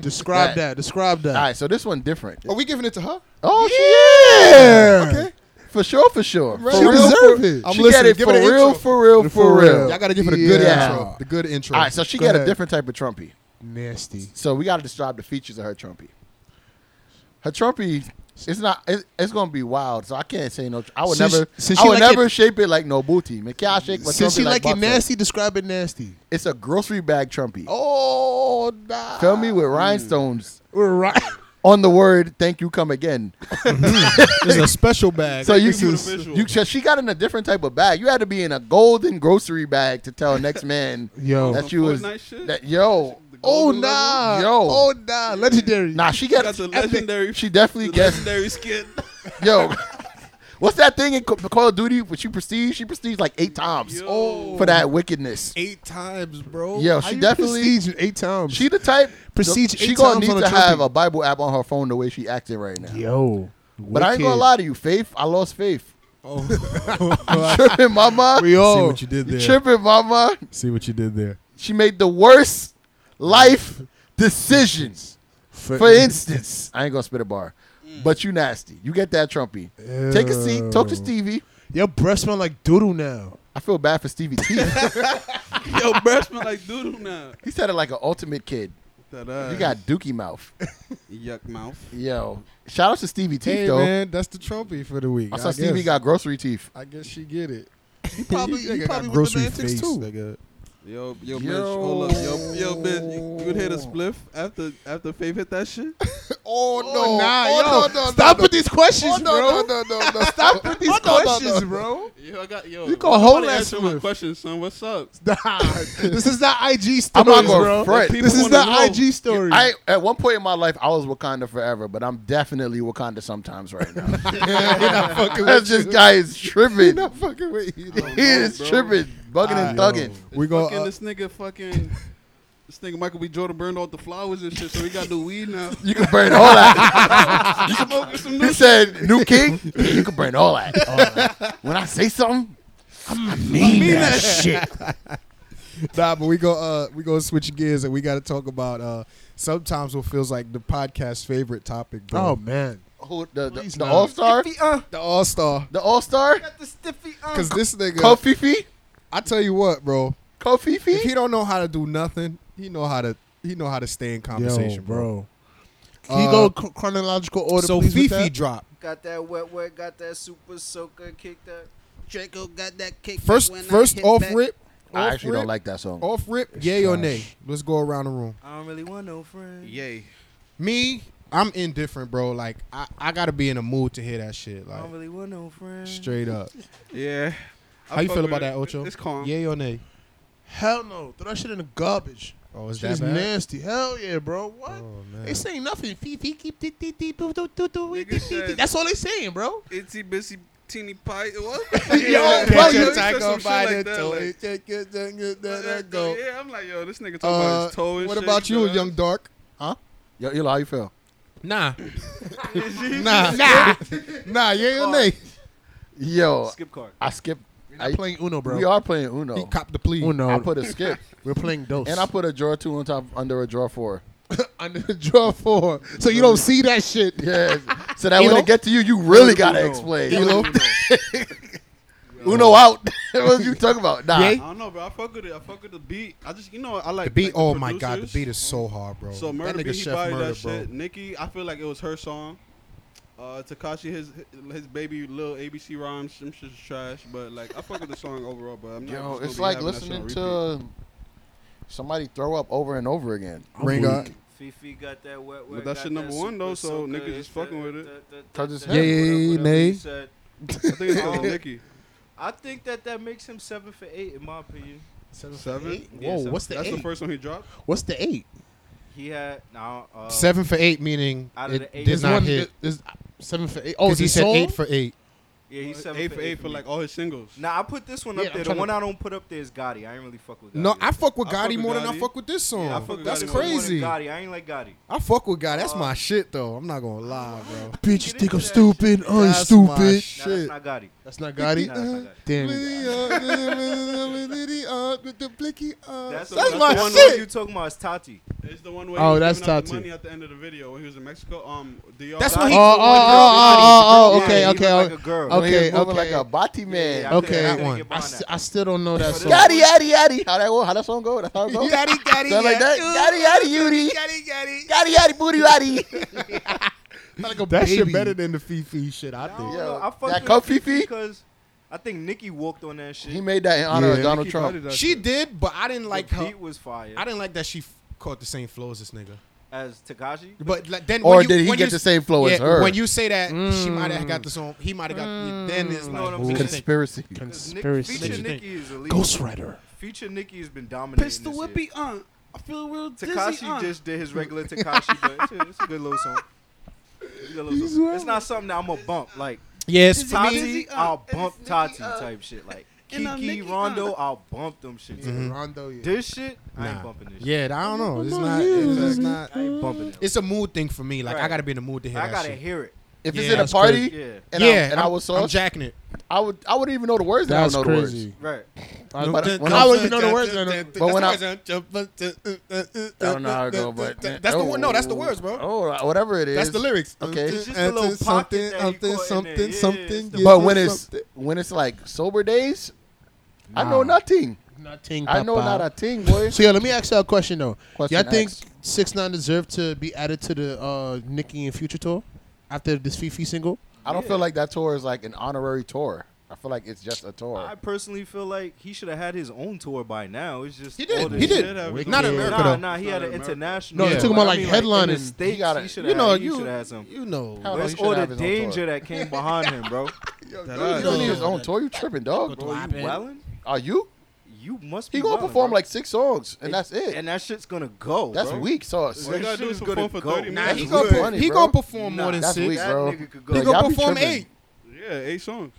Describe
that.
that. Describe that.
All right, so this one different.
Are we giving it to her?
Oh,
Oh, Yeah.
she Okay. For sure, for sure. For
She
real,
deserve
for-
it.
I'm
she
listening.
get it
Give
for,
it an
real,
intro.
for real, for real,
Y'all got to give it a good
Yeah.
intro. The good intro.
All right, so she
Go
got a
ahead.
different type of trumpy.
Nasty.
So we got to describe the features of her trumpy. Her trumpy, it's not. It's, it's gonna be wild. So I can't say no. tr- I would
Since-
never.
since
I
she
would
like
never
it-
shape it like no booty. Man, can I shake my
Since
trumpy
she like, it
Bob said?
nasty, describe it nasty.
It's a grocery bag trumpy. Oh,
Oh, nah.
Tell me with rhinestones
We're right.
on the word. Thank you. Come again.
This is a special bag.
So you,
This
you,
is visual.
so she got in a different type of bag. You had to be in a golden grocery bag to
[LAUGHS]
tell next man
Yo.
that you was
Fortnite shit?
that yo
The
Oh
golden level?
nah.
Yo.
Oh nah. Legendary.
nah. She
That's
got
a legendary.
she definitely
[LAUGHS] the
gets
legendary skit.
yo. [LAUGHS] What's that thing in Co- Call of Duty? When she prestige, she prestige like eight times
Yo.
for that wickedness.
eight times, bro.
Yo,
How
she
you
definitely
prestige eight times.
she the type
Prestige
She
eight
gonna
times
need
on a
to
trophy.
have a Bible app on her phone the way she acting right now.
Yo.
But I ain't gonna
wicked.
lie to you, Faith. I lost Faith. [LAUGHS]
[LAUGHS]
Oh.
Tripping, mama.
We
See
all.
what you did
You
there.
tripping, mama.
See what you did there.
She made the worst life decisions. For instance, I ain't gonna spit a bar,
Mm.
but you nasty. You get that Trumpy. Take a seat. Talk to Stevie.
Your breath smell like doodle now.
I feel bad for Stevie T.
Yo, breath smell like doodoo now.
[LAUGHS] he said it like an ultimate kid.
Ta-da.
You got Dookie mouth.
yuck mouth.
[LAUGHS] Yo, shout out to Stevie T
Hey
though.
man, that's the trophy for the week.
I saw
I
Stevie
guess.
got grocery teeth.
I guess she get it.
You [LAUGHS] probably,
Nigga
you
got
probably with the
grocery
antics
face,
too.
nigga.
Yo, yo,
Yo.
bitch, hold up, yo, yo, bitch, you, you would hit a spliff after after Faith hit that shit.
Oh no!
nah,
oh,
yo,
no, no,
stop
no,
with these questions,
no,
bro.
oh, no, no, no, no, Stop [LAUGHS] with these questions,
bro.
Yo, I got yo.
You call whole ass
answer my
spliff.
question, son. What's up?
Nah, this is not IG
I'm
stories,
not gonna
bro.
front.
This is
People wanna
not
know.
IG stories.
I at one point in my life I was Wakanda forever, but I'm definitely Wakanda sometimes right [LAUGHS] now. [LAUGHS] That's just guy is tripping.
[LAUGHS] fucking with you.
I don't
He
know,
is
bro.
tripping, bugging and thugging.
We go.
Fucking
uh,
this nigga, fucking this nigga Michael B. Jordan burned all the flowers and shit, so he got the weed
[LAUGHS]
now.
You can burn all [LAUGHS] that.
Smoking some
He
new shit.
said, "New king, you can burn all that." When I say something, I mean, that, shit.
nah, but we go. Uh, we go switch gears, and we got to talk about uh, sometimes what feels like the podcast's favorite topic, bro.
oh man,
Who, the the,
Please
the
not.
All Star,
uh,
the All Star,
the All Star,
Got the stiffy um.
because this nigga.
Kofifi,
I tell you what, bro. If he
Kofifi.
don't know how to do nothing, he know how to. He know how to stay in conversation,
Yo,
bro.
bro. Can you
Uh,
go ch- chronological order,
So
please? with
Fifi
that?
drop.
Got that wet wet. Got that super soaker. Kick that. Draco got that kick.
First,
when I
first
hit
off
back.
rip.
I
off
actually
rip,
don't like that song.
Off rip, yay or nay? Let's go around the room.
I don't really want no friend.
Yay.
Me, I'm indifferent, bro. Like I, I gotta be in a mood to hear that shit.
I
Like
don't really want no friend.
straight up.
Yeah. I
How you
fuck
feel
with
about
it.
that, Ocho?
It's calm.
Yay or nay?
Hell no, throw that shit in the garbage.
Oh, is
Shit is
that bad?
nasty. Hell yeah, bro. What?
Oh, man.
They saying nothing. Fifi keep dee dee dee boo doo doo doo wee
Nigga
dee dee dee.
said-
That's all they saying, bro.
Itsy bitsy teeny pie.
[LAUGHS]
What?
Yo,
bro,
you
you said some shit like that, like- Yeah, I'm like, yo, this nigga talking about
Uh,
his toe and
what
shit,
about you,
know?
Young Dark?
Yo, Elo, how you feel?
Nah, nah, nah, [LAUGHS] nah. Yay or nay?
Yo,
Skip card.
I skipped.
I'm playing Uno, bro.
We are playing Uno.
He copped the plea. [LAUGHS]
Uno.
I put a skip,
We're playing Dose.
and I put a draw two on top under a draw four. [LAUGHS]
under the draw four, so you don't see that shit.
Yeah, so that when
Elo?
it get to you, you really
Uno.
gotta explain. [LAUGHS]
Elo?
Uno out. [LAUGHS] what you talking about? Nah,
I don't know, bro. I fuck with it. I fuck with the beat. I just, you know, I like
The beat.
like,
Oh my god, the
producers.
beat is so hard, bro.
So
that
murder
nigga
beat, he
Chef
bodied
Murder,
that
bro.
shit. Nikki, I feel like it was her song. Uh, Takashi, his his baby, little ABC rhymes, some shit's trash. But like, I fuck with the song overall. But I'm not. just
yo,
gonna
it's
be
like
having that shit
listening
on repeat.
to somebody throw up over and over again.
Ring up.
Fifi got that wet
But
wet.
that
got
shit number
super
one, though, so
soaker.
niggas
It's
just fucking
that-
with it.
that- that-
Cause it's
that-
him.
whatever-
Yay,
whatever
nay.
he
I
said.
think
uh,
it's called Nikki.
I think that that makes him seven for eight in my opinion.
Seven.
Whoa, what's the
That's the
eight?
first one he dropped.
What's the eight?
He had now uh,
Seven for eight, meaning
Out of
it
the eight-
did
It's
not
one,
hit.
there's- seven for eight. Oh,
Because
is
he
it
said
sold?
eight for eight.
Yeah, he's seven
Eight
for
for eight for like all his singles.
Nah, I put this one up
Yeah, I'm
there. The
trying to-
one I don't put up there is Gotti. I ain't really fuck with. Gotti.
No, I fuck with
I fuck
Gotti
with
more than I
Gotti.
fuck with this song.
I fuck with
That's
Gotti more than
crazy.
Gotti, I ain't like Gotti.
I fuck with Gotti. That's my shit though. I'm not gonna lie, bro.
Bitches
think
think
I'm
I'm
That's my
stupid. I ain't
That's my
stupid.
Nah, that's
Oh, shit.
not Gotti.
That's not
Nah,
Gotti.
that's not Gotti.
Damn it.
That's
That's,
That's
the
my
one
shit.
you talking about is Tati.
It's the one where
Oh,
he
that's
was giving out
Tati.
the money at the end of the video when he was in Mexico. Um, Dior.
That's
what
when
Oh,
he.
oh, oh, oh, oh, okay,
Yeah,
okay,
he look
okay.
Like a girl.
Okay,
Okay, moving like
okay.
a body man.
Yeah, I couldn't-
Okay.
I
That
couldn't
one.
I,
get behind
s-
that.
I still don't know that
But
song.
it's-
Yaddy yaddy yaddy. How that go? How that song go? That's how it go.
Yaddy, daddy,
Sound like that? Yaddy yaddy yaddy.
Yaddy, yaddy.
Yaddy yaddy booty lotty.
That
Baby.
shit better than the Fifi shit, I
I
think.
don't
Yo,
know. I fucked
that
with
Cup
Nicki
Fifi?
because I think Nicki walked on that
[LAUGHS]
shit.
He made that in honor of
Yeah.
Donald
Nicki
Trump.
Carter does
She
that.
did, but I didn't like
the
her.
beat was fire.
I didn't like that she f- caught the same flow as this nigga.
as Takashi.
But like, then,
Or
when you,
did he
when
get
you,
the same flow
yeah,
as her?
When you say that, she might have got the song. He might have got. Then it's
You know what
like
I'm saying?
Conspiracy.
conspiracy.
'Cause Nick-
Conspiracy.
Did
Feature
you
Nicki is elite.
Ghostwriter.
Feature Nicki has been dominating.
Pistol
this year.
whippy on. I feel real dizzy uh.
Takashi
on.
just did his regular Takashi, but
[LAUGHS]
it's a, it's a good little song. It's, a good little song. it's not something that I'm gonna bump. Like
Yes, for
Tati,
me.
uh,
I'll
and
bump
it's
Tati
Nicki, uh,
type shit. Like
and I'm
Kiki
Nicki, uh.
Rondo, I'll bump them shit.
Rondo, yeah.
This shit, I ain't
Mm-hmm. Nah.
bumping this. Shit.
Yeah, I don't know. It's not. It's not.
I ain't bumping it.
It's a mood thing for me. Like I
Right.
gotta be in the mood to hear
I
that
gotta
shit.
hear it.
If
Yeah,
it's in a
that's
party
Yeah,
and,
yeah,
I, and I
I'm-
was
I'm
sauce,
jacking it.
I would I wouldn't even know the words. and
That's
I don't know
crazy.
right.
No,
but
dun-
when
dun-
I
I
was-
wouldn't even know the words. and I-
But when I-
I
uh,
I don't know how it go, but
that's the word. No, that's the words,
the words.
bro.
Oh, whatever it is.
That's the lyrics.
Okay. It's
just a little pocket that you caught in there. Yeah, it's the-
yeah,
But when it's
something.
when it's like sober days, I know nothing.
Nothing,
I know
Papa.
not a thing, boy.
[LAUGHS] So yeah, let me ask y'all a question though.
Question
y'all think
asked.
Six Nine deserved to be added to the uh, Nicki and Future tour after this Fifi single?
I don't feel like that tour is like an honorary tour. I feel like it's just a
I
tour.
personally feel like he should have had his own tour by now. It's just
He
all
did.
this
He
shit.
did.
Yeah,
Not in
yeah.
America
Nah,
though.
nah, he
Not in
had an
America.
international.
No,
No,
you're
yeah.
talking about, like,
in the
headlining.
States,
You gotta-
he should
You
have
know,
had, he
you-
should have had some.
You know.
Hell no,
Where's
he should
all
have
the
his own tour.
danger that came behind him, bro?
He don't need his own tour. You tripping, dog?
Go to
Are you
Ivan.
wildin'?
Are you?
You must be.
He gonna
wildin',
perform
bro.
like six songs, and that's it.
And that shit's gonna go.
That's
bro.
weak sauce.
What you gotta do
shit
is
was gonna
perform for
go.
30
Nah,
Nah,
minutes.
he
That's weak,
gonna
buddy,
he
bro.
gonna perform more
Nah,
than
that's weak,
six.
That
bro.
nigga could go.
He
Like,
gonna
y'all be
perform
tripping.
eight.
Yeah, eight songs.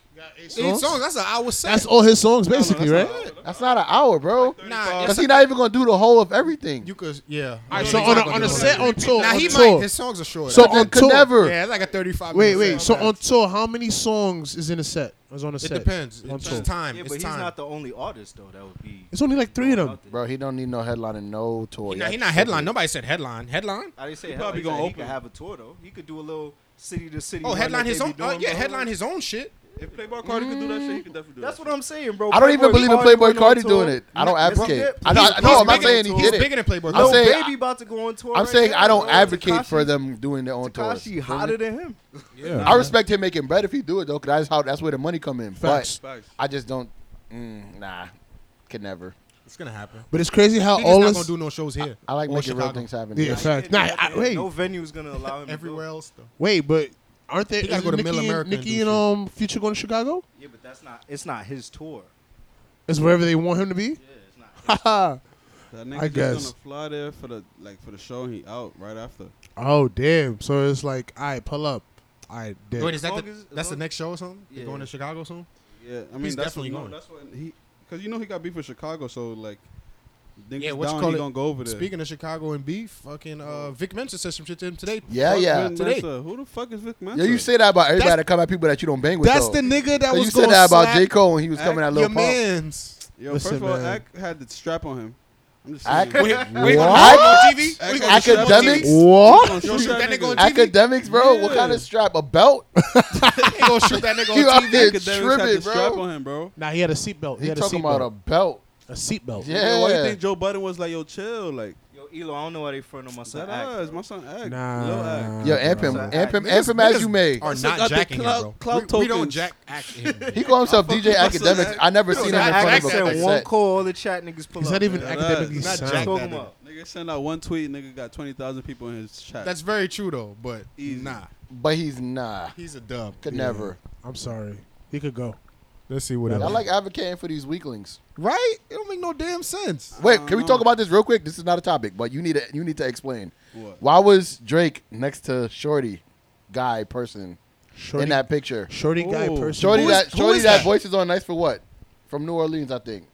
Eight songs. That's an hour set.
That's all his songs, basically,
No, no,
right?
that's not-
That's not an hour, bro.
Nah,
Cause
it's
he not even gonna do the whole of everything.
You could, yeah.
All right,
Yeah,
so
he's
on a,
not
on
gonna
a
do
set
that.
on tour,
Now
on
he
tour.
might. His songs are short.
So
I think.
on
could
tour,
never.
yeah, it's like a thirty-five.
wait,
minute
wait.
set.
So on tour, how many songs is in a set? Is on a
it
set?
depends.
On
It's
tour.
time.
Yeah,
it's
but he's
time.
not the only artist though. That would be.
It's only like three of them.
out there.
Bro, he don't need no headline and no tour.
He not,
Y'all
he not
tripping.
headline. Nobody said headline. Headline.
I didn't say
He
he
probably
probably gonna
gonna
he could
open.
have a tour though. He could do a little city to city.
Oh,
run
headline
that
his
they be
own. Oh,
doing,
yeah,
bro.
headline his own shit.
If Playboy Cardi could do that shit, he could definitely do
That's
that.
what I'm saying, bro.
I don't even believe in
Carti
Playboy
went on
Cardi
tour.
doing it. I don't
Yes, he
advocate.
did.
I, know- I,
He's
no, I'm
bigger
not
than-
saying he
He's
did
bigger
it.
than Playboy.
I'm
Lil
Carti.
saying-
Baby about to go on tour.
I'm
right
saying
now,
I don't
bro.
advocate for
Tekashi-
them doing their own tours.
Tekashi hotter than him.
I respect him making bread if he do it though, cause that's how that's where the money come in.
Facts.
Facts.
But I just don't. Mm, nah, could never.
It's gonna happen.
But it's crazy how
He's
all
not
this.
gonna do no shows here.
I like
Or
making real
Chicago.
things happen.
yeah, facts. Nah, I, wait,
No venue is gonna allow him
Everywhere
To go.
else though.
wait, but aren't they?
He gotta
is
go to
Nicki
Middle
and-
America and
Nicki
do
and um Future going to Chicago?
Yeah, but that's not. It's not his tour.
Is wherever they want him to be.
Yeah, it's not.
Haha.
That nigga
I
just
guess.
gonna fly there for the like for the show. and He out right after.
oh damn! So it's like, all right, pull up. All right, damn.
Wait, is
As
that
long as-
the,
as
that's the
long-
next show or something?
Yeah.
They're going to Chicago soon.
Yeah, I mean
He's
that's
definitely
what, no,
going.
That's what he because you know he got beef with Chicago, so like niggas
Yeah, what you
down,
call
he
it?
gonna go over there.
Speaking of Chicago and beef, fucking uh, Vic Mensa said some shit to him today.
Yeah,
Fuck
yeah.
Vic
Today.
Mensa. Who the fuck is Vic Mensa?
Yeah, you say that about everybody
That's-
that come at people that you don't bang with.
That's
though.
the nigga that
So
was
you
going
said that about
slap
J Cole when he was coming at
your
Lil Pump.
man's.
Yo,
Listen,
first of all,
man.
Ak had the strap on him. I'm just
Ak-
saying.
[LAUGHS]
Wait, wait,
What?
on TV? Wait, on TV?
Academics?
He
What?
Yo,
Gonna shoot
shoot that nigga on TV. [LAUGHS]
Academics, bro. What
Yeah.
kind of strap? A belt?
gonna shoot that nigga
You
on
out
TV.
there
Academics had the
tripping,
strap
bro?
on him, bro.
Nah, he had a seatbelt. He,
He
had a
talking about a
seatbelt.
belt.
A seatbelt.
Yeah, why you
Yeah.
think Joe Budden was like, yo, chill, like
Yo, Elo, I don't know why they front on my son.
that
Act,
ass,
bro.
my son Ak, Lil Ak.
Nah.
Yo, amp him,
Nah.
amp him,
Niggas-
amp him as
niggas
you may.
Are
Niggas
not
got the
jacking him,
clout-
bro.
clout
we, we don't
tokens.
jack
[LAUGHS]
act him.
He called himself DJ
I fuck with my son
Academics.
Ak.
I never
Yo,
seen him in
that act
front of
said
a
one
set.
call, all the chat niggas pull
He's
up.
not even
man.
that
academically
is
not
sound.
jacked.
Smoke
that
'em
nigga.
up.
Nigga sent out one tweet, nigga got twenty thousand people in his chat.
That's very true though, but
Easy.
nah,
But he's nah.
he's a dub.
Could never.
I'm sorry. He could go.
Let's see what
I like advocating for these weaklings.
Right? It don't make no damn sense.
Wait, can we
know.
talk about this real quick? This is not a topic, but you need to, you need to explain.
What?
Why was Drake next to Shorty, guy person?
Shorty,
in that picture.
shorty guy
Ooh.
person.
Shorty
Who is-
that
who
Shorty
is
that voice is on Nice for what? From New Orleans, I think.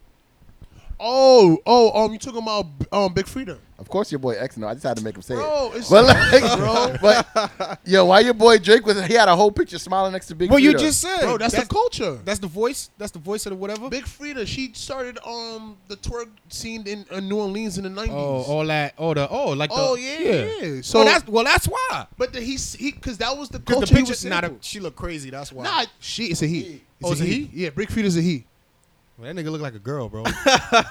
Oh, oh, um, you talking about um Big Frida?
Of course, your boy X. No, I just had to make him say it.
Bro, it's
But like, [LAUGHS] but yo, why your boy Drake was? He had a whole picture smiling next to Big.
Well, you
Frida.
just said.
bro, that's,
that's
the culture.
that's the voice. That's the voice of the whatever.
Big Frida, she started um the twerk scene in uh, New Orleans in the nineties.
Oh, all that. Oh, the oh, like the.
Oh, yeah, yeah.
So
So-
that's well, that's why.
but the, he he because that was the
Because
culture.
the
he was
picture's not a.
into.
[LAUGHS] She look crazy. That's why.
Nah, she is a he.
Oh, it's a he?
Yeah, Big Frida's a he.
Well, that nigga look like a girl,
[LAUGHS]
bro.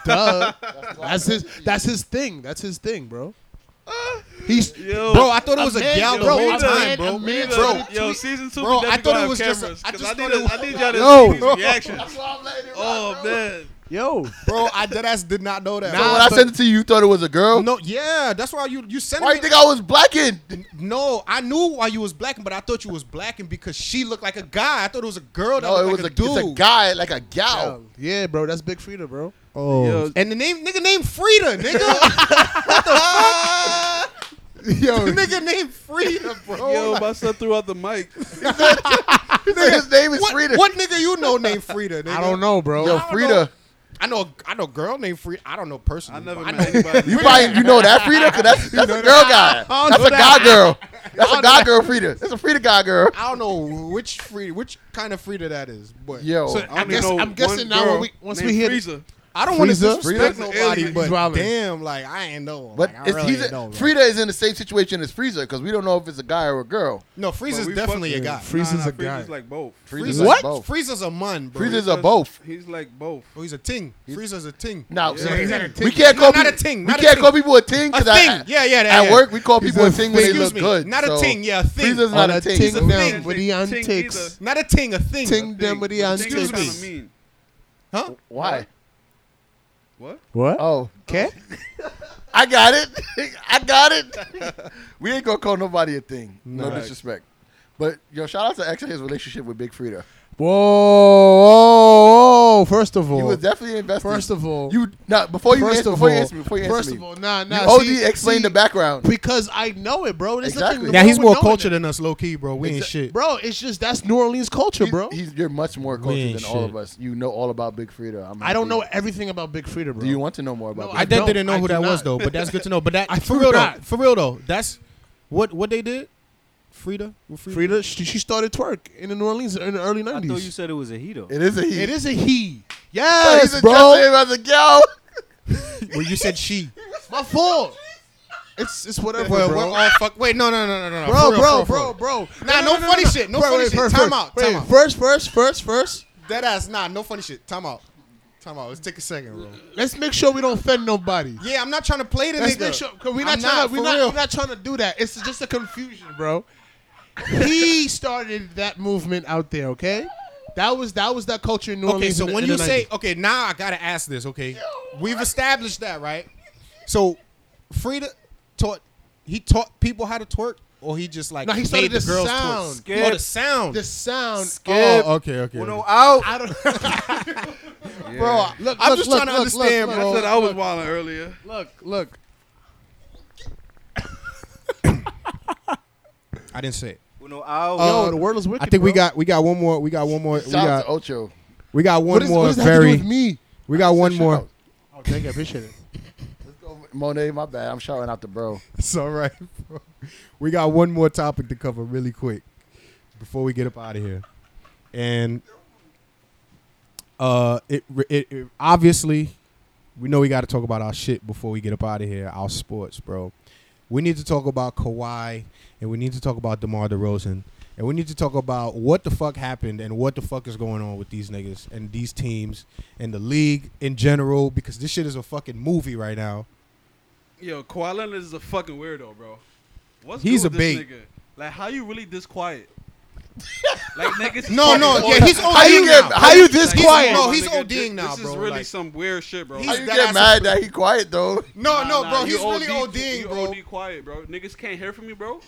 Duh. that's his. That's his thing. That's his thing, bro. He's
Yo,
bro, I thought it was a
man,
gal the
bro,
whole
I'm
time,
mad,
bro.
I'm mad.
Bro,
Yo, yo, season two.
Bro,
we
I
definitely
thought it
gonna
was
have
just-
cameras,
I
'cause
just
need,
thought it
a-
was-
I need
[LAUGHS]
y'all to
Yo.
see these reactions. oh man,
yo.
bro, I deadass did not know that.
So when I sent it to you, you thought it was a girl.
no, yeah, that's why you you sent
why
it.
you think I was blacking?
no, I knew why you was blacking, but I thought you was blacking because she looked like a guy. I thought it was a girl that
No, it
looked
was
like
a,
a,
it's a
dude.
guy like a gal. [LAUGHS]
Yeah, bro. That's Big Frida, bro.
Oh,
Yo.
and the name nigga named Frida, nigga.
[LAUGHS] Yo,
the [LAUGHS] nigga named Frida, bro.
yo, my son threw out the mic.
his name is
what,
Frida.
what nigga you know named Frida? Nigga?
I don't know, bro.
Yo,
I don't
Frida.
I know. I know a girl named Frida. I don't know personally.
I never
but
met
know-
anybody.
You probably you know that Frida
[LAUGHS]
because that's that's a girl guy.
don't
That's
know
a
that. [LAUGHS]
guy girl. That's a guy girl Frida. That's a Frida guy girl.
I don't know which Frida, which kind of Frida that is. But
Yo,
So,
I
I
only
guess
know
I'm guessing
one
now when
girl
we- once
named
we hear-
Frieza.
I don't want to
Frieza?
disrespect
Frida's
an
nobody,
alien.
but
Violent.
damn, like I ain't know.
But
like, I
it's,
really
he's
ain't
a,
know, bro.
Frida is in the same situation as Frieza because we don't know if it's a guy or a girl.
No,
But
Frieza's
we
definitely
fuck
a guy.
with-
Frieza's
nah, nah,
a guy.
Frieza's like both.
Frieza's
what?
like both.
Frieza's a mun, bro.
Frieza's a both.
He's like both.
Oh, he's a ting. Frieza's a ting.
Now
Yeah, he's not a
ting.
we can't
No,
call
not a
peop-
ting,
We
not a
can't
ting.
call people a ting.
a
'cause I-
thing. yeah, yeah, yeah.
At
yeah.
work, we call people a
a
ting when they
Excuse
look
me.
good.
Not
so
a ting. Yeah, a thing.
Frieza's
Oh,
not a
that
ting.
ting
so-
a thing.
them with the antics.
not a ting. A thing.
Ting them with the
Excuse
antics.
me.
Mean.
Huh?
Why?
What?
What?
Oh,
Okay.
I got it. [LAUGHS] I got it. [LAUGHS] we ain't gonna call nobody a thing. No
Nah.
disrespect. But yo, shout out to X and his relationship with Big Frida.
Whoa, whoa, whoa. First of all,
He was definitely invested.
First of all,
you now before you
First
answer,
of
before you
all-
answer me, before you answer
first
me,
of all, nah,
you
nah.
OD
see-
explained
see,
the background.
[LAUGHS] because I know it, bro. There's
Exactly.
nothing
Now he's
wrong
more
with knowing
cultured
it.
than us, low key, bro. We ain't
Exa-
shit.
bro. It's just that's New Orleans culture,
He's-
bro.
he's, you're much more cultured
ain't
than all
shit.
of us. You know all about Big Frida. I'm
I don't
happy.
know everything about Big Frida, bro.
Do you want to know more about?
No,
Big
I,
I
did
don't.
didn't know
I
who
do
that was
not.
though, but that's good to know. But that
I
for
do
real though,
not.
for real though, that's what what they did. Frida, With Frida.
Frida? She, she started twerk in the New Orleans in the early
I
nineties.
thought you said it was a he though.
It is a he.
it is a he.
He's
Yes,
addressing
bro.
him as a [LAUGHS] gal.
Well, you said she.
My fault. It's it's whatever,
Well,
bro.
we're all fuck. Wait, no, no, no, no, no, no.
Bro,
For real,
bro,
for real,
bro,
for
bro.
real. Nah, no, funny shit. No
Wait,
funny
wait,
shit.
first,
time
first.
out.
Wait,
Time out.
First, first, first, first.
That ass, nah, no funny shit. Time out. Time out. Let's take a second, bro.
Let's make sure we don't offend nobody.
Yeah, I'm not trying to play the
Let's
nigga.
make sure cause we're not
I'm
trying to
for
we're not,
real.
we're not trying to do that. It's just a confusion, bro. he started that movement out there, okay? That was that was that culture in New
Okay,
Orleans.
so
in the-
when
in
you
the
say okay, now I gotta ask this. Okay, we've established that, right? So, Frida taught he taught people how to twerk, or he just like
No, he
made
started
the
the
girls
sound.
twerk. Oh, the sound.
90s. the sound
Skip.
Oh, okay, okay.
Uno out.
I
[LAUGHS]
don't
Bro,
Look,
I'm
look,
just
look,
trying to
look, look,
understand,
look.
I said
bro.
I was wilding earlier.
look, look.
I didn't say it.
Uno out.
Yo, Oh, the world is wicked.
Uh, I think we
bro.
got we got one more. We got one more. We
Shout out to
got
Ocho.
we got
what
one
is, what
more
does that have to do
very.
with me?
We got one
Shout
more.
out.
Oh, thank you, I appreciate it.
Monet, my bad. I'm shouting out the bro.
[LAUGHS] It's all right. bro. We got one more topic to cover really quick before we get up out of here, and uh, it, it, it obviously we know we got to talk about our shit before we get up out of here. Our sports, bro. We need to talk about Kawhi, and we need to talk about DeMar DeRozan, and we need to talk about what the fuck happened and what the fuck is going on with these niggas and these teams and the league in general because this shit is a fucking movie right now.
Yo, Kawhi Leonard is a fucking weirdo, bro. What's
He's
good
a
with this
bait.
nigga? Like, how you really this [LAUGHS] quiet? like niggas.
No, no,
fucking
yeah, he's
all-
ODing
How you
now.
get- how you this
Like,
quiet?
come on,
No, he's
nigga,
ODing
this-
now,
This is
bro,
really
like-
some weird shit, bro.
He's
How
Like,
you
dead ass
get mad
a-
that he quiet though?
No,
nah,
no,
nah,
bro,
you
he's really
OD
ODing,
you
bro.
OD quiet, bro. Niggas can't hear from you, bro.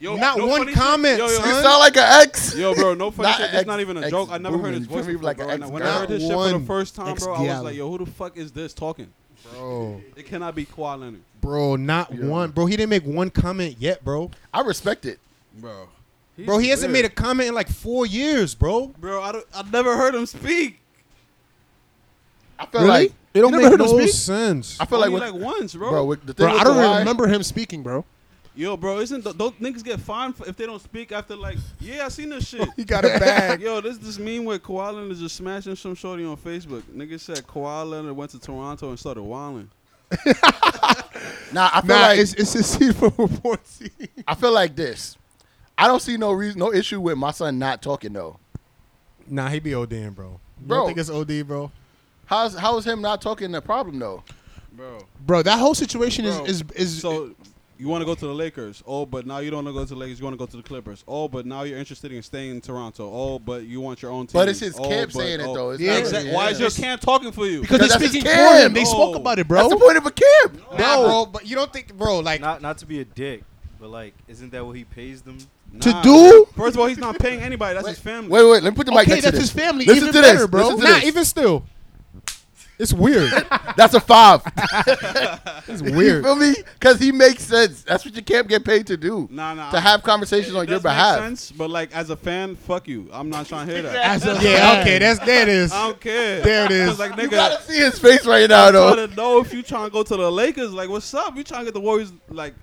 Yo,
Not
no
one
funny
comment,
Shit. Yo, yo,
You
son.
sound like an ex.
Yo, bro, no funny
Not
shit.
ex-
It's not even a
ex
joke. I never heard his
woman.
voice
You feel me?
before,
Like
bro.
an
And When I
ex-girl.
heard this shit for the
One
first time, bro, I was
ex-gal.
like, yo, who the fuck is this talking?
Bro,
It cannot be Kawhi Leonard,
bro, not one, bro. He didn't make one comment yet, bro.
I respect it.
bro.
Bro, he hasn't made
weird.
a comment in like four years, bro.
Bro, I don't, I never heard him speak.
I feel
Really?
like
It don't
never
make
heard him
no
speak?
sense.
I feel like,
Only
with,
like once, bro.
bro, with the thing
Bro,
with
I don't
the
even
Y-
remember him speaking, bro.
Yo, bro, isn't th- those niggas get fined for if they don't speak after like? Yeah, I seen this
[LAUGHS]
shit.
He got it back.
Yo, this this meme where Koala is just smashing some shorty on Facebook. Nigga said Koala and went to Toronto and started wilding.
Nah, I feel
Nah,
like
it's it's a scene from report
I feel like this. I don't see no reason, no issue with my son not talking though.
Nah, he be ODing, bro. You
Bro.
don't think it's OD, bro?
How's how is him not talking the problem though?
Bro.
Bro, that whole situation
Bro,
is is is
So you want to go to the Lakers? Oh, but now you don't want to go to the Lakers. You want to go to the Clippers? Oh, but now you're interested in staying in Toronto. Oh, but you want your own team.
But it's his
oh,
camp
but-
saying it
oh.
though. It's
Yeah,
not
Exact-
really
Why
him.
is your camp talking for you?
because
Because
they're
that's
speaking
his
for
kid.
him. They
No.
Oh.
spoke about it, bro.
That's the point of a camp.
Nah, bro, but you don't think, bro, like,
Not not to be a dick, but like, isn't that what he pays them?
To
Nah.
do?
First of all, he's not paying anybody. That's his family.
Wait, wait, let me put the mic
Okay,
next to
that's
this.
his family.
Listen
Even
to this,
better, bro.
Listen to
nah,
this.
even still. It's [LAUGHS] weird.
that's a five.
It's
You
weird.
feel me? Because he makes sense. That's what your camp get paid to do.
Nah, nah.
To have conversations on
It
your
does make
behalf.
sense, but like as a fan, fuck you. I'm not trying to hear that.
As a
yeah, okay, that's that is.
I don't care.
There it is.
Cause, Like,
You
nigga,
gotta see his face right now,
I'm
though.
trying to know if you trying to go to the Lakers. Like, what's up? You trying to get the Warriors? Like,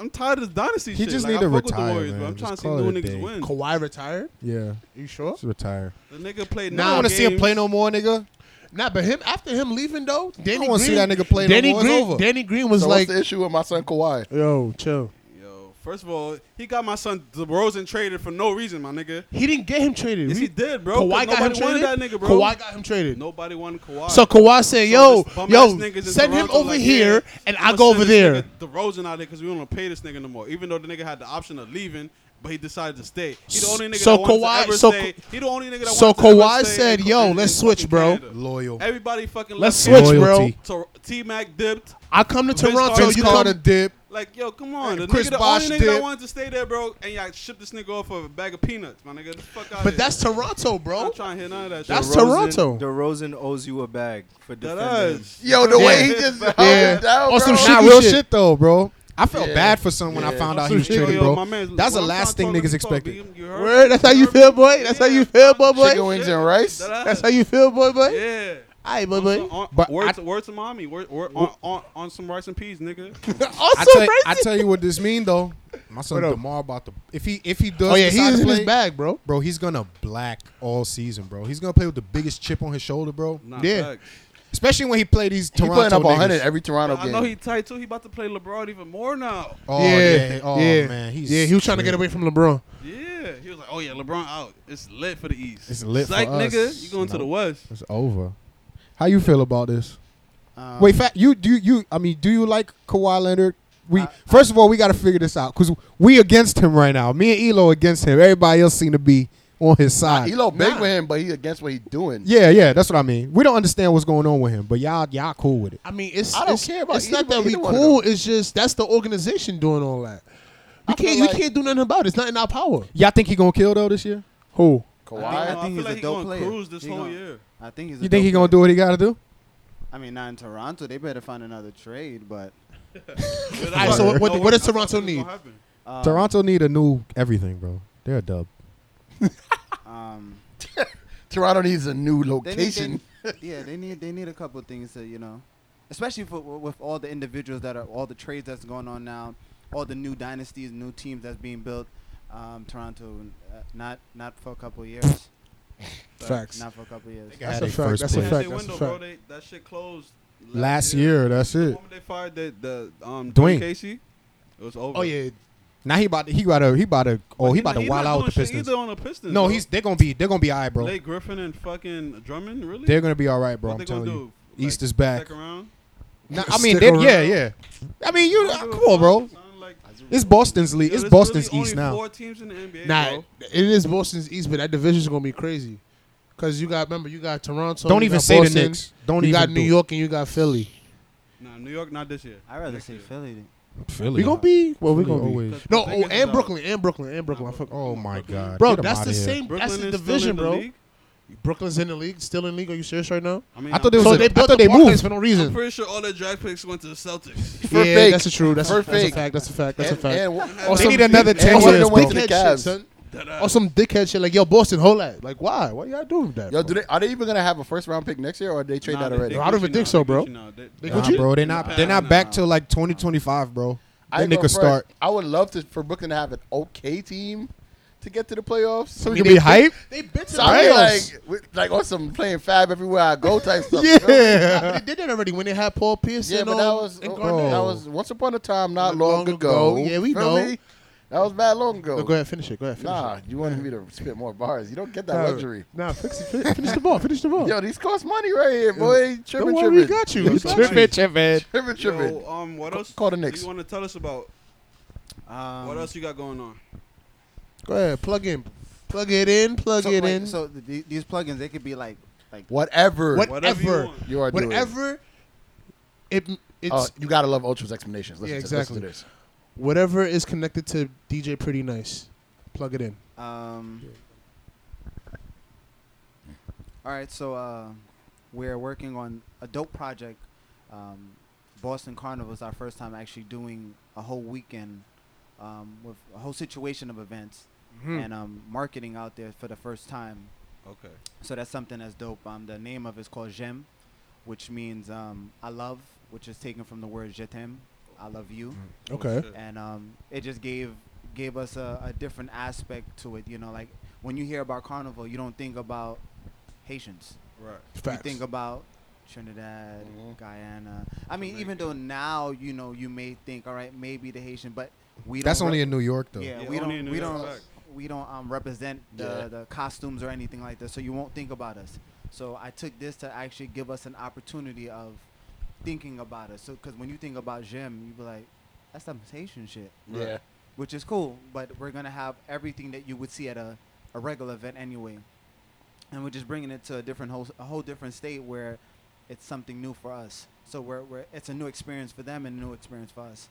I'm tired of this dynasty
He
shit.
just
like,
need
I
to
fuck with the
retire,
Warriors,
man.
But I'm
Just
trying to see
call it
new
a
niggas
day.
win.
Kawhi retired.
Yeah,
You sure?
just retire.
The nigga played.
I
nine
don't want to see him
games.
play no more, nigga.
Nah, but him after him leaving though, Danny
wanna see
Green-
that nigga play no
Danny
more. It's
Green,
over.
Danny Green was
So
like,
what's the issue with my son Kawhi?
"Yo, chill."
Yo, first of all, he got my son DeRozan traded for no reason, my nigga.
He didn't get him traded.
Yes,
We-
he did, bro. 'cause
Kawhi got him
nobody wanted
traded.
that nigga, bro.
Kawhi got him traded.
Nobody wanted Kawhi.
So Kawhi said, "Yo,
this bum-ass niggas
yo,
in
send him
Toronto,
over
like,
here,
yeah,
and
I'ma
I'll go
send
over
this
there."
Nigga DeRozan out there because we don't want to pay this nigga no more. Even though the nigga had the option of leaving, but he decided to stay. He the only nigga
So
that wanted
Kawhi-
to ever
so
stay. He the only nigga that
so
wanted to ever
Kawhi
stay
said,
in-
"Yo,
in- in
let's
fucking
switch, bro.
Canada."
Loyal.
Everybody fucking
Let's
left
switch, bro.
Loyalty.
bro. T Mac dipped.
I come to
Vince
Toronto.
Carter-
You
Vince
come
Carter
to dip.
Like, yo, come on. The,
Chris
nigga, the
Bosh
only nigga that
did.
wanted to stay there, bro, and y'all shipped this nigga off for a bag of peanuts, my nigga. Get the fuck out
But that's Toronto, bro.
I'm trying to hear none of that shit.
That's
bro.
Toronto.
DeRozan owes you a bag for
That
defending.
is.
Yo, the way he
Yeah.
just
Yeah.
Oh,
held it down,
On some
bro.
Nah,
Shiggy
real
shit.
shit. though, bro. I felt
Yeah.
bad for son when I
Yeah.
found out
So
he was
shit,
traded,
yo,
bro.
my man's-
That's the
when I'm
last
trying
thing
to
niggas
talk,
expected.
you- you heard
Word,
me?
that's how you feel, boy. That's how
Yeah.
you feel, boy,
Chicken
boy.
wings and rice.
That
That's how you feel, boy, boy.
Yeah.
Aye, boy,
So,
boy.
on,
But
word,
I-
to, word to mommy. Word, word, on, on, on some rice and peas, [LAUGHS] nigga.
I
Also,
tell, you- I
crazy.
tell you what this mean though. My son
What up?
Demar about to if he if he does.
Oh yeah, he
decide
is
to
in his
play,
bag, bro.
bro. He's gonna black all season, bro. He's gonna play with the biggest chip on his shoulder, bro.
Nah,
Yeah.
facts.
Especially when he played these
He
Toronto
putting up
niggas.
100 every Toronto
I
game.
know he tight, too. He about to play LeBron even more now.
oh
yeah,
yeah, oh
yeah.
man, he's
yeah, he was trying to get away from LeBron.
Yeah. He was like, oh, yeah, LeBron out. It's lit for the East.
It's lit for
Psych,
us.
nigga. You going to
Nope.
the West.
It's over. How you feel about this?
Um,
Wait, fat, you do you? I mean, do you like Kawhi Leonard? We
I-
first of all, we got to figure this out because we against him right now. Me and Elo against him. Everybody else seem to be on his side.
Elo big
Nah.
with him, but he against what he doing.
yeah, yeah, that's what I mean. We don't understand what's going on with him, but y'all, y'all cool with it.
I mean, it's
I don't
it's,
care about
it's
either-
not that we
either one of
cool. It's just that's the organization doing all that. We
feel
can't
like-
we can't do nothing about it. It's not in our power.
Y'all think he gonna kill though this year?
Who?
I, uh,
Kawhi.
think
feel
he's
like
a
he
dope
gonna
player.
cruise this
He
whole
gonna-
year.
I think he's. a
You think
dope
he gonna do
player.
what he gotta do?
I mean, not in Toronto. They better find another trade. But
But
All right,
I
so
don't
what-
know
what does
I don't
Toronto
know what's gonna
need?
happen.
um,
Toronto need a new everything, bro. They're a dub.
Um,
Toronto needs a new
they need, they-
location.
[LAUGHS] yeah, they need they need a couple of things to you know, especially for with all the individuals that are all the trades that's going on now, all the new dynasties, new teams that's being built. Um, Toronto, uh, not not for a couple of
[LAUGHS]
years.
Facts.
Not for a couple of years.
That's
Had
a
a
fact.
first
That's a
place.
They
fact.
had their
That's a
window, bro.
fact.
They- That shit closed
Last year, that's
The
it.
moment they fired the the um
Dwayne.
Dwayne Casey, it was over.
Oh yeah,
Now he about to, he about to he about to oh he
But
about to
he
wild
not
out
doing
with the
shit
Pistons.
Either on the Pistons.
No,
bro.
he's they're gonna be they're gonna be alright, bro.
Blake Griffin and fucking Drummond. Really?
They're gonna be all right, bro.
What
I'm
they gonna
telling
do?
you.
Like,
East is back.
Second round.
Nah, I mean,
Stick
they,
around.
yeah, yeah. I mean, you uh,
Don't
ah, come
give a
on,
fuck,
bro.
son. Like,
It's Boston's
yo,
league. It's
there's
Boston's
really
East
only
now.
Four teams in the NBA,
nah,
bro.
it is Boston's East, but that division's gonna be crazy. Cause you got remember you got Toronto.
Don't
you
even
got
say the
Boston,
Knicks. Don't
You
even
got New
do it.
York and you got Philly.
Nah, New York not this year.
I'd rather
Next
say
year.
Philly.
Philly.
We gonna be well. We
Philly
gonna be
always-
Because
no.
Porzingis
Oh,
is
and
uh,
out.
Brooklyn and Brooklyn and Brooklyn. I fuck-
Oh my god,
Bro,
Get 'em
that's
outta
the
here.
same.
Brooklyn
that's the
is still
division,
in the
bro.
league?
Brooklyn's in the league. Still in the league. Are you serious right now?
I mean,
I
I'm-
thought they was.
so
a-
they
I
built
thought
the
they
Barclays
moved.
for no
I'm
reason.
pretty sure all their draft picks went to the Celtics. [LAUGHS]
For
yeah,
fake.
that's a true. That's,
For
a, that's a
fake.
fact. That's a fact. That's a
And-
fact.
and-
They
some
need another
big-
ten
or some
years,
bro.
big head
Cavs.
shit, son.
Oh,
or some dickhead shit like yo Boston hold that like why what y'all doing with that
Yo,
bro?
do they are they even gonna have a first round pick next year, or did they trade
Nah,
that
they-
already?
they
I don't even
Gucci
think
now,
so,
they
bro.
Gucci now. They-
They
Nah,
Gucci?
bro, they're not they're not back till like 2025, bro.
I
That
ain't gonna
nigga
front.
start.
I would love to for Brooklyn to have an okay team to get to the playoffs. So
You
we
can
they-
be hype.
they been to
So I mean,
playoffs.
like, with- like on some playing Fab everywhere I go
[LAUGHS]
type stuff. you know?
Yeah.
Nah, but they did that already when they had Paul Pierce.
Yeah,
and,
but that
um,
was
and
oh,
Garnett.
that was once upon a time, not
Not
long,
long ago.
ago.
Yeah, we
Feel
know.
me? That was bad long ago.
No, go ahead, finish it. Go ahead, finish
Nah,
it.
you wanted me to spit more bars. You don't get that
Nah,
luxury.
Nah, fix it. Fin- Finish the ball. Finish the ball.
Yo, these cost money right here, boy.
Don't
Tripping,
worry, we
tripping.
got you. We got you.
Trippin', trippin'.
Tripping, tripping.
Yo, um, what
Ca-
else?
call the Knicks.
You want to tell us about
Um,
what else you got going on?
Go ahead, plug in, plug it in, plug
so,
it
wait,
in.
So th- these plugins, they could be like like
Whatever,
Whatever you
whatever,
want.
you are doing.
whatever. It it's
Oh, you gotta love Ultra's explanations. Listen
Yeah,
to, listen
exactly.
to this.
whatever is connected to DJ Pretty Nice. Plug it in.
Um, all right, so uh, we're working on a dope project. Um, Boston Carnival is our first time actually doing a whole weekend um, with a whole situation of events and um, marketing out there for the first time.
Okay.
So that's something that's dope. Um, the name of it is called J'aime, which means um, I love, which is taken from the word je t'aime, I love you
Okay.
shit.
and um, it just gave gave us a, a different aspect to it. You know, like when you hear about carnival, you don't think about Haitians.
Right.
Facts.
You think about Trinidad, Guyana. I mean, even though now you know you may think, all right, maybe the Haitian, but we
That's
don't
only
rep-
in New York though.
yeah,
Yeah, only
we don't
in New
we
York,
don't
facts.
we don't um, represent the,
Yeah.
the costumes or anything like that, so you won't think about us. So I took this to actually give us an opportunity of thinking about us. So because when you think about Jim, you be like, that's some Haitian shit
Yeah.
which is cool. But we're gonna have everything that you would see at a, a regular event anyway, and we're just bringing it to a different whole a whole different state where it's something new for us. So we're, we're it's a new experience for them and a new experience for us.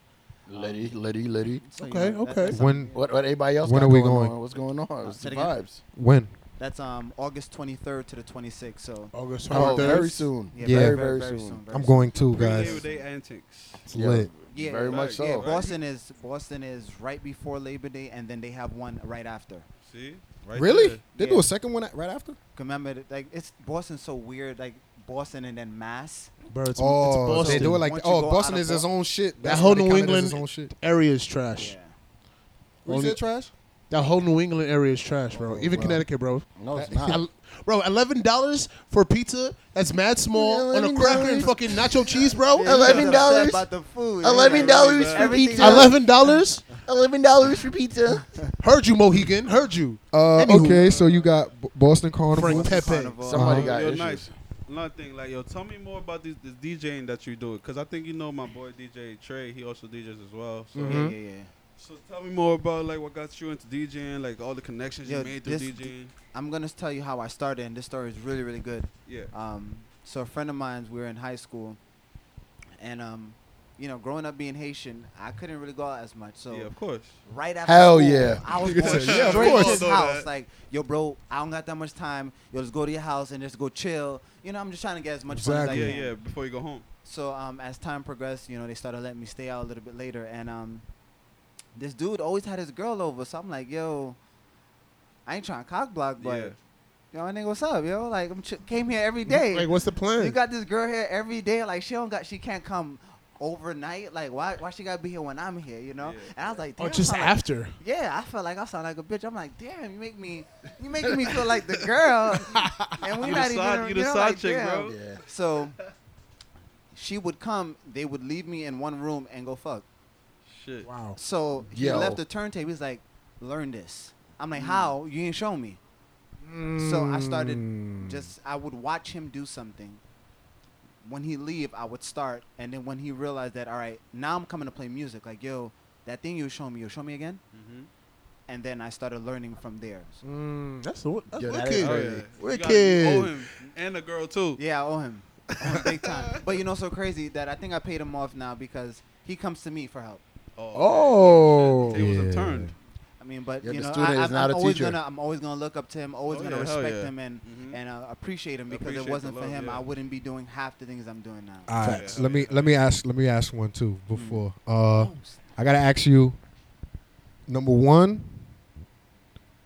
Liddy, Liddy, Liddy.
So,
Okay, okay.
that's
When-
something-
What, what anybody else?
When
got
are we
going?
going?
On? What's going on? It's
say
the
it again.
vibes.
When?
that's um August twenty third to the twenty sixth. So
August
Oh,
23rd.
very soon.
Yeah.
very, very, soon.
very
I'm
soon.
going too,
Pre Labor
guys.
Day antics.
It's lit.
Yeah,
very
yeah,
much so.
Yeah, Boston is Boston is right before Labor Day, and then they have one right after.
See. Right
Really?
there.
They do a second one at- right after?
Remember, that, like it's Boston's so weird, like Boston and then Mass.
Bro, it's,
oh,
it's Boston.
they do it like
Once you
oh,
go
Boston
out of
is his
Bo-
own shit.
that
That's
whole
why they
New
count it as
England
his own shit.
area is trash.
Yeah.
Who
Only-
said trash?
That whole New England area is trash, bro. Even
wow.
Connecticut, bro. [LAUGHS]
No, it's not.
I- bro, eleven dollars for pita that's mad small on a cracker and fucking nacho cheese, bro.
Yeah, he's
$11?
upset about the food.
Eleven dollars for
Everything
pizza.
else.
Eleven dollars?
Eleven dollars for pizza.
Heard you, Mohegan. Heard you.
Uh,
Anywho.
okay, so you got B- Boston Carnival.
Frank Pepe.
Carnival.
[LAUGHS] Somebody
Yo,
got
yo,
issues.
nice. Another thing, like yo, tell me more about this, this DJing that you do, cause I think you know my boy DJ Trey. He also DJs as well. So,
Mm-hmm.
Yeah, yeah, yeah.
so tell me more about like what got you into DJing, like all the connections
Yo,
you made through
this-
DJing.
I'm gonna tell you how I started, and this story is really, really good.
Yeah.
Um, so a friend of mine, we were in high school, and um, you know, growing up being Haitian, I couldn't really go out as much. So
yeah, of course.
right after
Hell
school,
yeah.
I was
Nigga
going
said,
straight
yeah, of
to
course.
his
Know
house.
that.
Like, yo, bro, I don't got that much time. Yo, let's go to your house and just go chill. You know, I'm just trying to get as much fun as I
yeah,
can.
yeah. Before you go home.
So um, as time progressed, you know, they started letting me stay out a little bit later, and um, this dude always had his girl over. So I'm like, yo, I ain't trying to cock block, but
Yeah.
yo, nigga, what's up, yo? Like, I'm ch- came here every day.
Like, what's the
you
plan?
got this girl here every day. Like, she don't got, she can't come overnight. Like, why, why she gotta be here when I'm here? You know?
Yeah.
And I was like,
Or
damn,
Oh, just
I'm like-
after.
yeah, I felt like I sound like a bitch. I'm like, damn, you make me, you making me feel like the
[LAUGHS]
girl, and we
You the
not
side-
even.
you the
know,
side
like,
chick,
damn.
bro.
Yeah.
So she would come, they would leave me in one room and go fuck.
Shit.
Wow.
So he
Yo.
left the turntable. He's like, learn this. I'm like, how? You ain't show me. So I started just, I would watch him do something. When he leave, I would start. And then when he realized that, all right, now I'm coming to play music. Like, yo, that thing you were showing me, you'll show me again?
Mm-hmm.
And then I started learning from there. So,
Mm, that's the that's
Yo, that is
wicked.
Oh, yeah.
crazy.
You gotta- you
Wicked.
owe him and the girl too.
yeah, I owe him. I owe him big time. But you know, so crazy that I think I paid him off now because he comes to me for help.
Oh,
It was
yeah.
a turn.
I mean, but
Yeah,
you
the
know,
student
I,
is
I'm,
not
I'm
a
always
teacher.
gonna, I'm always gonna look up to him. Always
Oh,
gonna
yeah, hell
respect
yeah.
him and
Mhm.
and uh, appreciate him because
Appreciate
it wasn't
the
for
love,
him,
yeah.
I wouldn't be doing half the things I'm doing now.
Uh,
All right,
Facts.
let me let me ask let me ask one too before.
Mm.
Uh, I gotta ask you. Number one,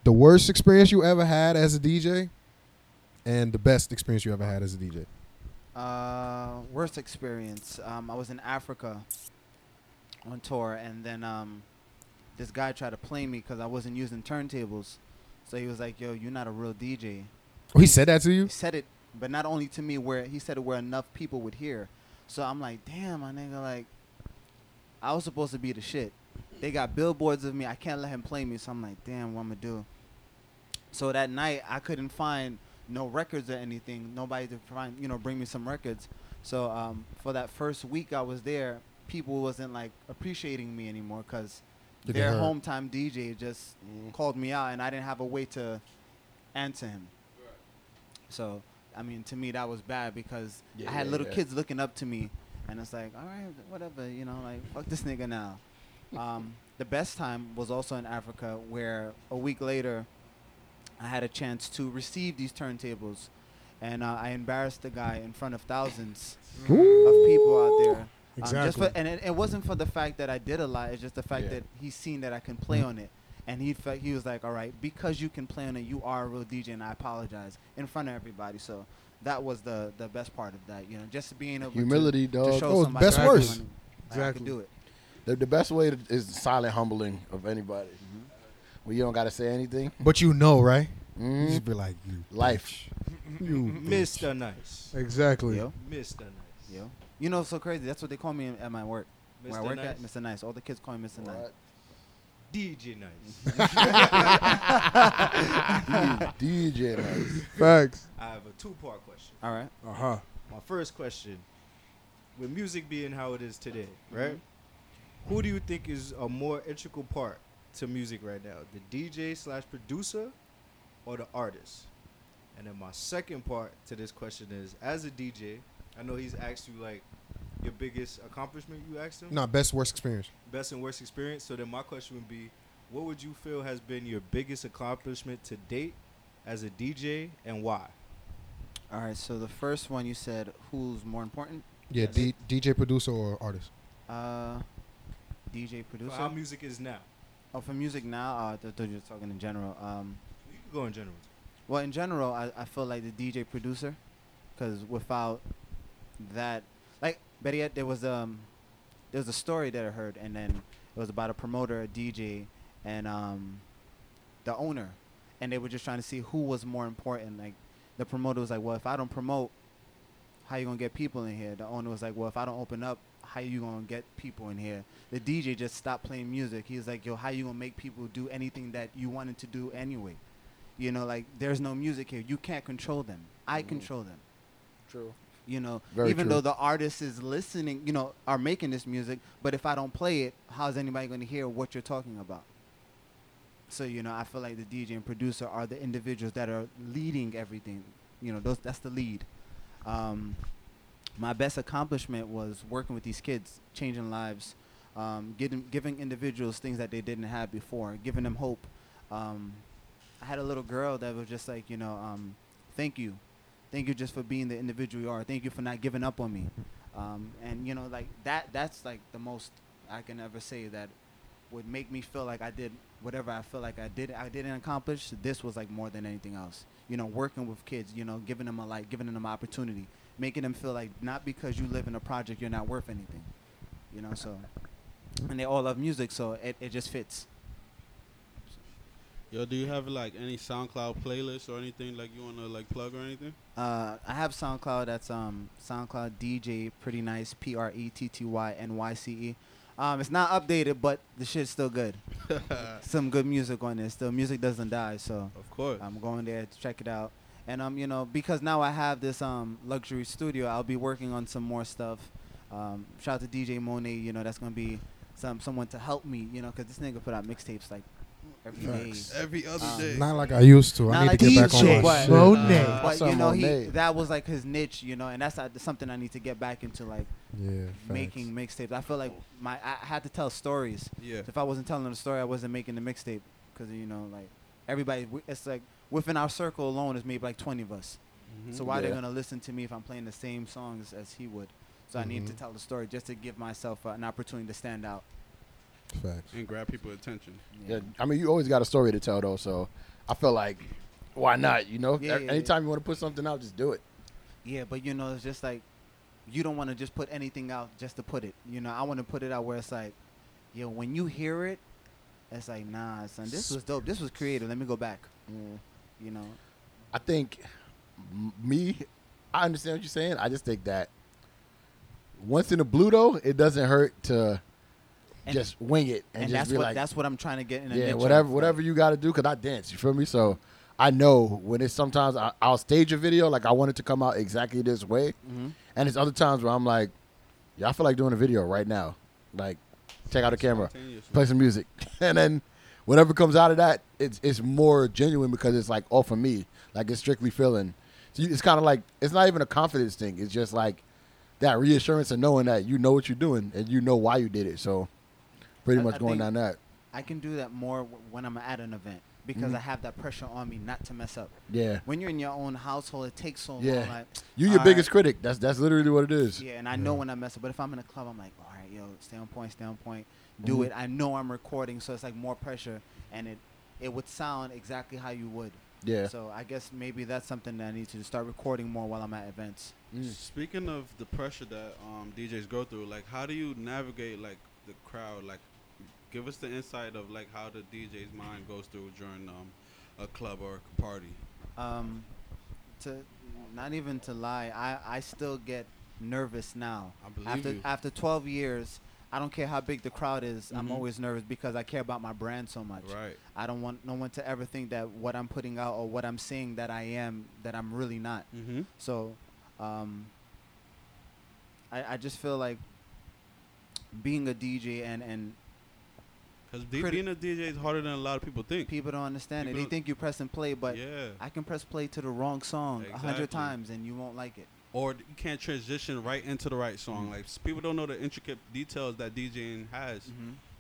the the worst experience you ever had as a DJ, and the best experience you ever had as a DJ.
Uh, worst experience. Um, I was in Africa on tour, and then um, this guy tried to play me because I wasn't using turntables. So he was like, "Yo, you're not a real DJ."
Oh, he said that to you?
He said it, but not only to me. Where he said it, where enough people would hear. So I'm like, "Damn, my nigga, like, I was supposed to be the shit. They got billboards of me. I can't let him play me." So I'm like, "Damn, what I'm gonna do?" So that night, I couldn't find no records or anything. Nobody to find, you know, bring me some records. So um, for that first week I was there, people wasn't like appreciating me anymore because
Did they Mm.
their
hurt?
hometown DJ just called me out, and I didn't have a way to answer him. So I mean, to me that was bad because I had little kids looking up to me, and it's like, all right, whatever, you know, like fuck this nigga now. Um, the best time was also in Africa, where a week later, I had a chance to receive these turntables, and uh, I embarrassed the guy in front of thousands of people out there. Um, just for,
Exactly.
and it, it wasn't for the fact that I did a lot. It's just the fact
Yeah. Mm-hmm.
that he seen that I can play on it, and he felt he was like, "All right, because you can play on it, you are a real DJ." And I apologize in front of everybody. So that was the the best part of that. You know, just being able
Humility,
to, to
dog.
show
Oh,
somebody
best
I can
worst.
do it. I
Exactly.
can do it.
The, the best way to, is silent humbling of anybody.
Mm-hmm.
Well, you don't got to say anything.
But you know, right? You
Mm-hmm.
Mm,
just be like, you
life.
Mr. Nice.
Exactly.
Yo,
Mr. Nice.
yo. You know, it's so crazy. That's what they call me in- at my work. Where I
Mr.
work at,
Nice.
Mr. Nice. All the kids call me Mr. Nice.
What?
DJ Nice.
[LAUGHS]
DJ nice.
Facts.
I have a two-part question.
All right.
Uh huh.
Uh-huh.
My first question: With music being how it is today, right? Who do you think is a more integral part to music right now, the DJ slash producer, or the artist? And then my second part to this question is: As a DJ, I know he's asked you like your biggest accomplishment. You asked him
nah, best worst experience.
best and worst experience. So then my question would be, what would you feel has been your biggest accomplishment to date as a DJ, and why?
All right. So the first one you said, who's more important?
Yeah,
Yes.
D- DJ producer or artist.
Uh, DJ
For
producer.
how music is now.
Oh, for music now, uh, th- th- just talking in general. Um,
You can go in general.
well, in general, I, I feel like the DJ producer, because without that, like better yet, there was um, there was a story that I heard, and then it was about a promoter, a DJ, and um, the owner, and they were just trying to see who was more important. Like the promoter was like, "Well, if I don't promote, how you gonna get people in here?" The owner was like, "Well, if I don't open up, how you gonna get people in here?" The DJ just stopped playing music. He was like, "Yo, how you gonna make people do anything that you wanted to do anyway?" You know, like there's no music here. You can't control them. I control them.
True.
You know,
Mm-hmm. Very
even
true.
though the artist is listening, you know, are making this music, but if I don't play it, how's anybody going to hear what you're talking about? So you know, I feel like the DJ and producer are the individuals that are leading everything. You know, those that's the lead. Um, my best accomplishment was working with these kids, changing lives, um, getting, giving individuals things that they didn't have before, giving them hope. Um, I had a little girl that was just like, you know, um, thank you. Thank you just for being the individual you are. Thank you for not giving up on me. Um, and, you know, like that, that's like the most I can ever say that would make me feel like I did whatever I feel like I did I didn't accomplish. This was like more than anything else. You know, working with kids, you know, giving them a light, giving them an opportunity, making them feel like not because you live in a project you're not worth anything. You know, so and they all love music, so it, it just fits.
Yo, do you have like any SoundCloud playlists or anything like you wanna like plug or anything?
Uh, I have SoundCloud. That's um SoundCloud DJ Pretty Nice P R E T T Y N Y C E. Um, it's not updated, but the shit's still good. Some good music on there. Still, music doesn't die. So
Of course.
I'm going there to check it out. And um, you know, because now I have this um luxury studio, I'll be working on some more stuff. Um, shout out to DJ Monet. You know, that's gonna be some someone to help me. You know, 'cause this nigga put out mixtapes like every day.
Every other
Um,
day.
Not like I used to.
Not
I need
like
to get
you
back
used
on
to,
my
but-
shit.
Monet.
Uh,
But you
Awesome,
know, he
Monet.
that was like his niche. You know, and that's uh, something I need to get back into, like
yeah, facts.
making mixtapes. I feel like my I had to tell stories.
Yeah.
If I wasn't telling the story, I wasn't making the mixtape because you know, like everybody, we- it's like within our circle alone is maybe like twenty of us. So why they
Yeah.
gonna listen to me if I'm playing the same songs as he would? So I need
Mm-hmm.
to tell the story just to give myself uh, an opportunity to stand out.
Facts.
And grab people attention.
Yeah, I mean, you always got a story to tell, though. So I feel like, why not? You know,
Yeah, yeah, yeah.
anytime you want to put something out, just do it.
Yeah, but you know, it's just like you don't want to just put anything out just to put it. You know, I want to put it out where it's like, yo, when you hear it, it's like, nah, son, this was dope. This was creative. Let me go back. You know,
I think m- me, I understand what you're saying. I just think that once in a blue though, it doesn't hurt to
And-
just wing it
and,
and, just
that's
be
what
like,
that's what I'm trying to get in. A niche
yeah,
of,
whatever,
like-
whatever you got to do. Cause I dance, you feel me? So I know when it's sometimes I, I'll stage a video like I want it to come out exactly this way,
Mm-hmm.
and it's other times where I'm like, yeah, I feel like doing a video right now. Like, take out the camera,
Spontaneous.
play some music, [LAUGHS] and then whatever comes out of that, it's it's more genuine because it's like all for me. Like it's strictly feeling. So you, it's kind of like it's not even a confidence thing. It's just like that reassurance of knowing that you know what you're doing and you know why you did it. So pretty
I-
much
I
going
think-
down that.
I can do that more w- when I'm at an event because
Mm-hmm.
I have that pressure on me not to mess up.
Yeah.
When you're in your own household, it takes so
Yeah.
long. Like,
You're your
all
biggest
right,
critic. That's that's literally what it is.
Yeah, and I know when I mess up. But if I'm in a club, I'm like, all right, yo, stay on point, stay on point, do
Mm-hmm.
it. I know I'm recording, so it's like more pressure, and it it would sound exactly how you would.
Yeah.
So I guess maybe that's something that I need to do, start recording more while I'm at events.
Speaking of the pressure that um, DJs go through, like how do you navigate like the crowd? Like, give us the insight of like how the DJ's mind goes through during um, a club or a party.
Um, to not even to lie, I I still get nervous now.
I believe
after
you.
after 12 years, I don't care how big the crowd is. I'm always nervous because I care about my brand so much.
Mm-hmm. Right.
I don't want no one to ever think that what I'm putting out or what I'm saying that I am that I'm really not.
Mm-hmm.
So, um, I I just feel like being a DJ and and
Because d-
Criti-
being a DJ is harder than a lot of people think.
people don't understand it. They
People-
think you press and play, but
yeah.
I can press play to the wrong song a hundred
Exactly.
times and you won't like it.
or you can't transition right into the right song. Like s- people don't know the intricate details that DJing has.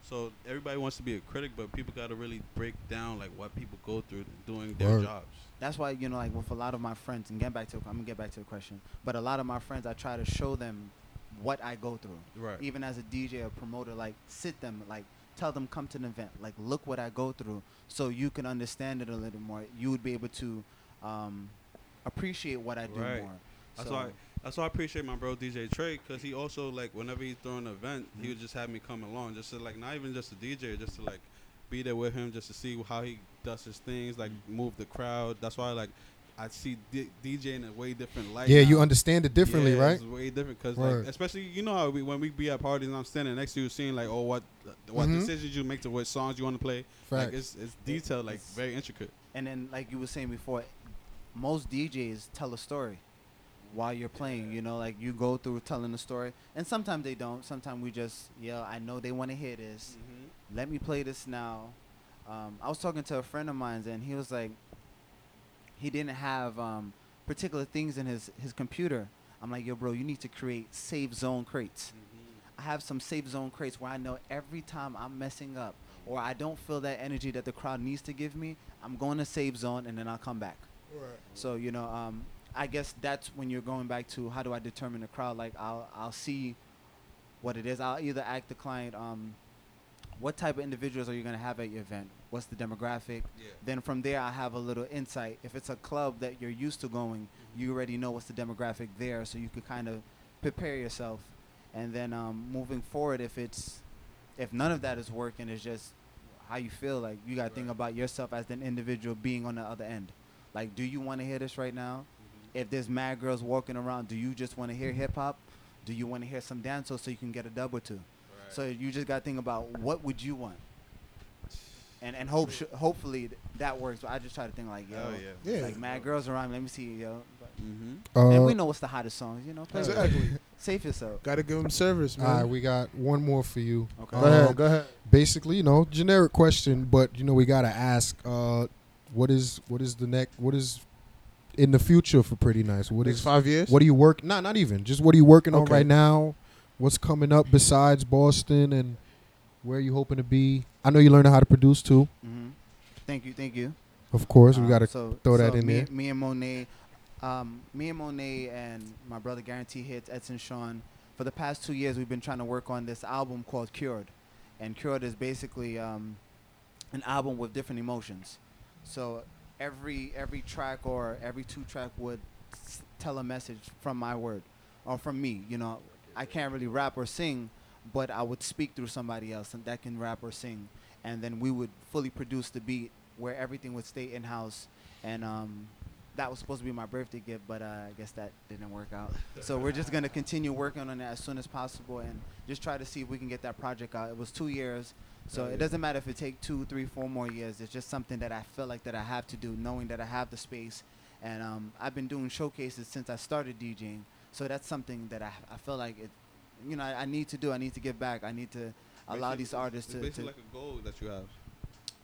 So everybody wants to be a critic, but people got to really break down like what people go through doing their
Word.
jobs.
that's why you know like with a lot of my friends and get back to I'm gonna get back to the question, but a lot of my friends I try to show them what I go through.
Right.
Even as a DJ or promoter, like sit them like tell them come to an event like look what I go through so you can understand it a little more. You would be able to um, appreciate what I do
Right.
more.
That's
so,
why. That's why I appreciate my bro DJ Trey because he also like whenever he's throwing an event, he would just have me come along, just to like not even just a DJ, just to like be there with him, just to see how he does his things, like move the crowd. That's why like I see D- DJ in a way different light.
Yeah, you
now.
understand it differently,
Yeah,
right?
It's way different because,
Word.
like, especially you know how we, when we be at parties and I'm standing next to you, seeing like, oh, what, what
Mhm.
decisions you make to what songs you want to play. Like,
Facts.
it's it's detailed, like very intricate.
And then like you were saying before, most DJs tell a story while you're playing. You know, like you go through telling a story, and sometimes they don't. Sometimes we just yeah, I know they want to hear this. Let me play this now. Um, I was talking to a friend of mine, and he was like, he didn't have um, particular things in his his computer. I'm like, yo, bro, you need to create safe zone crates. I have some safe zone crates where I know every time I'm messing up or I don't feel that energy that the crowd needs to give me, I'm going to safe zone and then I'll come back. So you know, um, I guess that's when you're going back to how do I determine the crowd? Like I'll I'll see what it is. I'll either act the client. Um, what type of individuals are you going to have at your event? What's the demographic?
Yeah.
Then from there, I have a little insight. If it's a club that you're used to going, you already know what's the demographic there, so you could kind of prepare yourself. And then um, moving forward, if it's if none of that is working, it's just how you feel. Like you got to think about yourself as an individual being on the other end. Like, do you want to hear this right now? If there's mad girls walking around, do you just want to hear hip hop? Do you want to hear some dancehall so you can get a dub or two? So you just got to think about what would you want, and and hope sh- hopefully th- that works. But I just try to think like yo,
Oh yeah.
Yeah.
like mad girls around. Let me see yo,
Mm-hmm.
and we
Uh,
know what's the hottest songs. You know, play with it.
Exactly.
Safe yourself.
Gotta give them service,
all right,
man.
we got one more for you.
Okay.
Um,
Go ahead, go ahead.
basically, you know, generic question, but you know, we gotta ask, uh, what is what is the next? What is in the future for Pretty Nice? What
Next
is
five years.
what are you working? Not not even just what are you working on
Okay.
right now? What's coming up besides Boston and where are you hoping to be? I know you're learning how to produce too,
hmm Thank you, thank you.
of course. we
Um,
gotta
so-
throw that
so
in
me,
there.
Me and Monet, um, me and Monet and my brother Guarantee Hits, Edson Sean. For the past two years, we've been trying to work on this album called Cured, and Cured is basically um, an album with different emotions. So every every track or every two track would s- tell a message from my word or from me. You know, I can't really rap or sing, but I would speak through somebody else and that can rap or sing, and then we would fully produce the beat where everything would stay in house and. Um, that was supposed to be my birthday gift, but uh, I guess that didn't work out. So we're just gonna continue working on it as soon as possible and just try to see if we can get that project out. It was two years, so it doesn't matter if it take two, three, four more years. It's just something that I feel like that I have to do, knowing that I have the space. And um, I've been doing showcases since I started DJing, so that's something that I, I feel like it, you know, I, I need to do. I need to give back. I need to allow
Basically,
these artists
It's
to,
basically
to
like a goal that you have.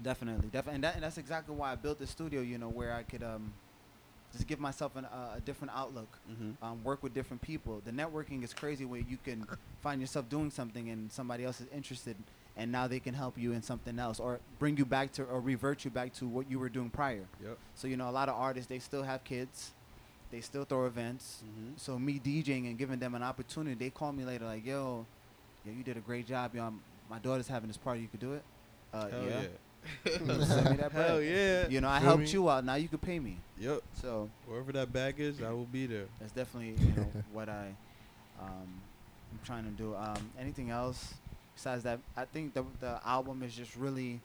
Definitely, definitely, and, that, and that's exactly why I built the studio. You know, where I could um, just give myself an, uh, a different outlook,
Mm-hmm.
um, work with different people. The networking is crazy where you
[LAUGHS]
can find yourself doing something and somebody else is interested, and now they can help you in something else or bring you back to or revert you back to what you were doing prior.
Yep.
So you know, a lot of artists they still have kids, they still throw events.
Mhm.
So me DJing and giving them an opportunity, they call me later like, "Yo, yo, you did a great job. Yo, I'm, my daughter's having this party. You could do it." Uh,
Hell
yeah.
yeah.
Send me
[LAUGHS]
that
Hell
bread.
yeah.
You know, I
Feel
helped
me?
you out. Now you can pay me.
Yep.
So
Wherever that bag is, I will be there.
that's definitely you
[LAUGHS]
know what I um, I'm trying to do. Um, anything else besides that? I think the the album is just really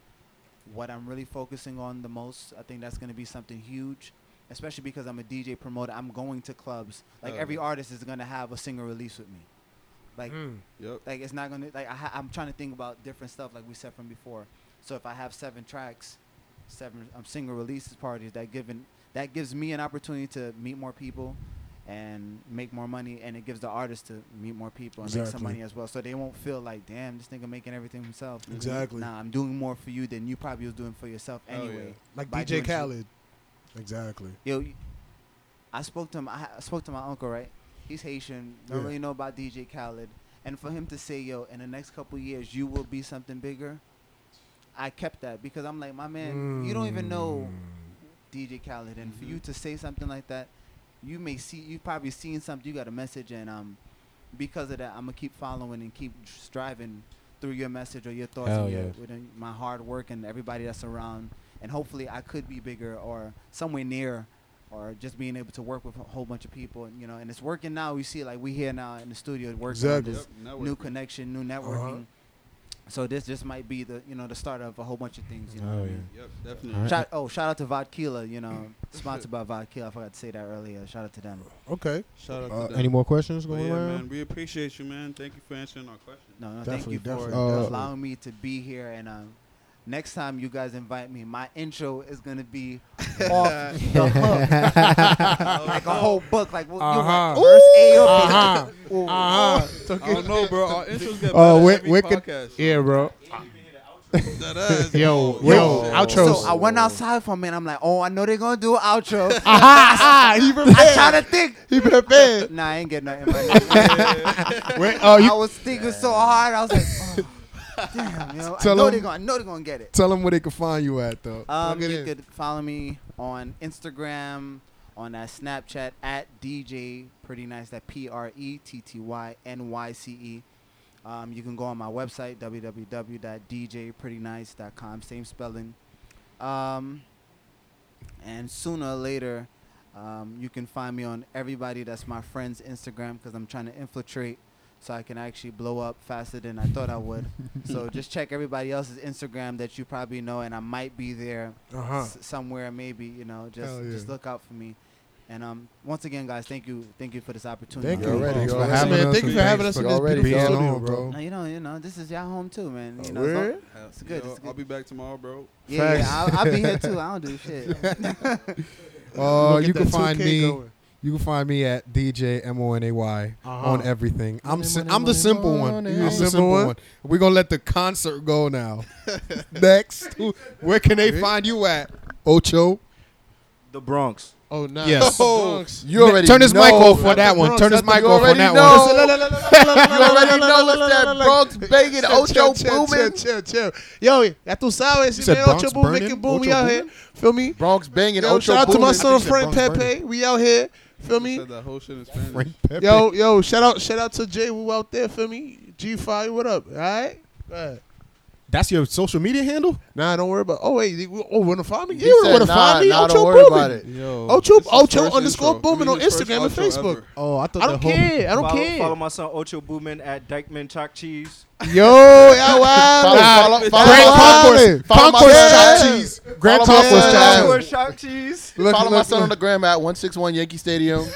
what I'm really focusing on the most. I think that's going to be something huge, especially because I'm a DJ promoter. I'm going to clubs. Like
Oh,
every
yeah. Hmm.
artist is going to have a single release with me. Like
Yep.
like it's not gonna like I ha- I'm trying to think about different stuff like we said from before. So if I have seven tracks, seven um, single releases parties that given that gives me an opportunity to meet more people and make more money, and it gives the artist to meet more people and make some
Exactly.
money as well. So they won't feel like damn this nigga making everything himself.
Exactly.
Nah, I'm doing more for you than you probably was doing for yourself
Hell
anyway.
yeah.
Like
by
DJ
doing shit.
Khaled. Exactly.
Yo, I spoke to him. I I spoke to my uncle, right? He's Haitian. Don't
Yeah.
really know about DJ Khaled, and for him to say, "Yo, in the next couple years, you will be something bigger," I kept that because I'm like, my man, you don't even know
Mm.
DJ Khaled, and for you
Mm-hmm.
to say something like that, you may see you've probably seen something. You got a message, and um, because of that, I'm gonna keep following and keep striving through your message or your thoughts
Hell
and your,
yeah.
within my hard work and everybody that's around. And hopefully, I could be bigger or somewhere near, or just being able to work with a whole bunch of people. And, you know, and it's working now. You see, like we here now in the studio working
Exactly.
on this
Yep,
new
networking.
connection, new networking. So this just might be the you know the start of a whole bunch of things. You know.
Oh,
what I
yeah.
mean?
Yep. Definitely.
All right.
Shout, oh, shout out to Vodkila, you know, sponsored by Vodkila. I forgot to say that earlier. Shout out to them.
Okay.
Shout out
Uh,
to them.
any more questions
But
going
Oh, yeah,
around?
man, we appreciate you, man. Thank you for answering our question.
No, no,
Definitely,
thank you for
definitely,
definitely.
allowing me to be here. And um, next time you guys invite me, my intro is gonna be off the hook, like a whole book. Like well,
Uh-huh.
you like, verse A up.
Uh-huh.
Ah,
Uh-huh.
I don't know, bro. Our
[LAUGHS]
intros get
Oh,
better
we-
every
we could-
podcast.
Yeah, bro.
That ass.
Yo,
Oh,
yo,
[LAUGHS] yo.
outros.
So I went outside for a minute. I'm like, oh, I know they're gonna do an
[LAUGHS]
outro. [LAUGHS]
ah, he
I
prepared.
try
[LAUGHS]
to think.
He prepared.
Nah, I ain't getting nothing. Right now.
[LAUGHS]
[LAUGHS] Wait, oh,
I
you
was thinking so hard. I was like, oh,
[LAUGHS]
damn, yo, I
Tell
know
'em-
they're gonna, I know they're gonna get it.
Tell them where they can find you at though.
Um,
Plug it
you
in.
could follow me on Instagram, on that Snapchat at DJ Pretty Nice. That P R E T T Y N Y C E. Um, you can go on my website www.djprettynice.com. Same spelling. Um, and sooner or later, um, you can find me on everybody that's my friend's Instagram because I'm trying to infiltrate so I can actually blow up faster than I thought I would. so just check everybody else's Instagram that you probably know, and I might be there
Uh-huh.
s- somewhere, maybe. You know, just
Hell yeah.
just look out for me. And um, once again, guys, thank you, thank you for this opportunity.
Thank
you
you
Um,
already.
Thanks
you
for
already.
having
Man,
us.
thank you for having us in this
Already
beautiful
being
studio,
on,
bro.
bro.
No, you know, you know, this is your home too, man. You know,
Word?
so-
It's
good, it's
I'll
good.
be back tomorrow, bro.
yeah,
Facts.
yeah, I'll, I'll be here too. I don't do shit.
Uh,
We'll get
you can
that
find
2K
me.
going.
You can find me at DJ M O N A Y
Uh-huh.
on everything. I'm
Money,
si-
money,
I'm the
money,
simple
money.
one.
You
I'm the
the
simple,
simple
one.
one?
We're gonna let the concert go [LAUGHS] now. Next, who- where can they find you at? Ocho.
The Bronx.
Oh, nice.
Yes.
Dunks.
You already
turn this mic
know.
off for that one.
Bronx,
Turn this
that's the-
mic
you
off on
already
that
know.
one.
You already know it's that Bronx banging Ocho
Chill, chill, chill,
booming.
chill, chill. Yo, ya tú sabes,
said
man, Ocho
Bronx
Boom
burning?
making boom. we
Ocho
out here.
booming?
Feel me?
Bronx banging
Yo,
Ocho
shout out to my
booming.
son
think that
Frank
Bronx
Pepe.
burning.
We out here. Feel
You
me?
said that whole shit in Spanish.
Frank Pepe.
Yo, yo, shout out, shout out to Jay Wu out there. Feel me? G Five, what up? All right. Go ahead.
That's your social media handle?
Nah, don't worry about. Oh wait, you- oh, want to find me?
He
You
said,
want to
nah,
find me?
nah,
Ocho
don't worry
Boomin.
about it.
Yo,
Ocho-
this is his
Ocho
first
underscore
intro.
Boomin
I mean,
on
his first
Instagram and
outro
Facebook.
ever.
Oh, I thought
I don't
the whole
care. I don't
follow,
care.
Follow my son Ocho Boomin at Dykeman Chalk Cheese.
Yo, yeah,
[LAUGHS] Follow,
wow.
follow, follow,
Grant
my
Concourse.
son. Follow my
Concourse
son.
Chopped
Yeah.
Cheese. Grant
Follow my
Concourse
son.
Chopped Cheese.
Or Chalk Cheese.
Look,
Follow my
look,
son on
look.
the gram at 161 Yankee [LAUGHS] Stadium.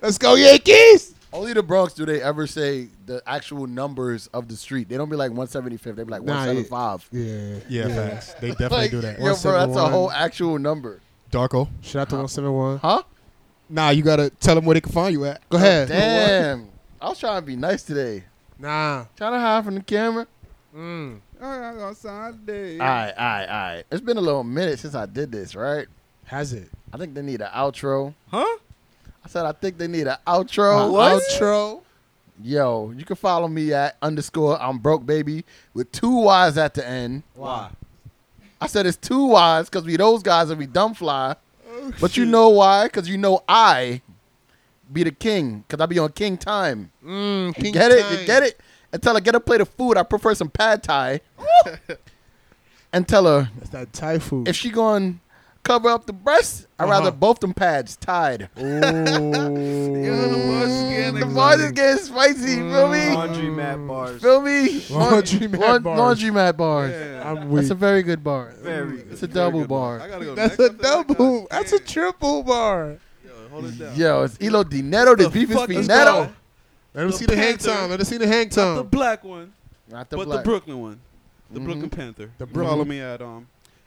Let's go Yankees.
Only the Bronx do they ever say the actual numbers of the street. They don't be like 175. They be like
Nah,
175.
Yeah.
Yeah, facts. They definitely
Like,
do that.
Yo, bro, that's a
171.
whole actual number.
Darko.
Shout out to 171.
Huh?
Nah, you gotta tell them where they can find you at.
Go ahead.
Damn. I was trying to be nice today.
Nah.
Trying to hide from the camera.
Mm.
All right, all right, all right. It's been a little minute since I did this, right?
Has it?
I think they need an outro.
Huh?
I said, I think they need an outro.
Outro.
Yo, you can follow me at underscore I'm broke baby with two Y's at the end.
Why?
I said it's two Y's because we those guys and we dumb fly. but you know why? Because you know I be the king because I be on king time.
Mm,
You get it? You get it? And tell her, get a plate of food. I prefer some pad thai. and tell her,
That's that Thai food.
if she going to cover up the breasts, I'd rather both them pads tied. The boys is getting spicy. Feel me?
Laundry mat bars.
Feel me?
Laundromat
Laun-
bars.
Laundromat bars.
I'm
That's
weak.
a very good bar.
Very good.
It's a double
I
bar.
gotta go
That's
next
a
after that. [LAUGHS]
double.
God
That's a
damn.
triple bar.
Yo, hold it down.
Yo, it's Elo Di Neto, the
The
beef is
fuck is
Finetto.
that?
Let him
The
see the hang
Panther.
time. Let him see the hang
The
time.
black one,
Not the
but
black.
the Brooklyn one, the Brooklyn Panther.
The
Follow
Brooklyn.
me at um,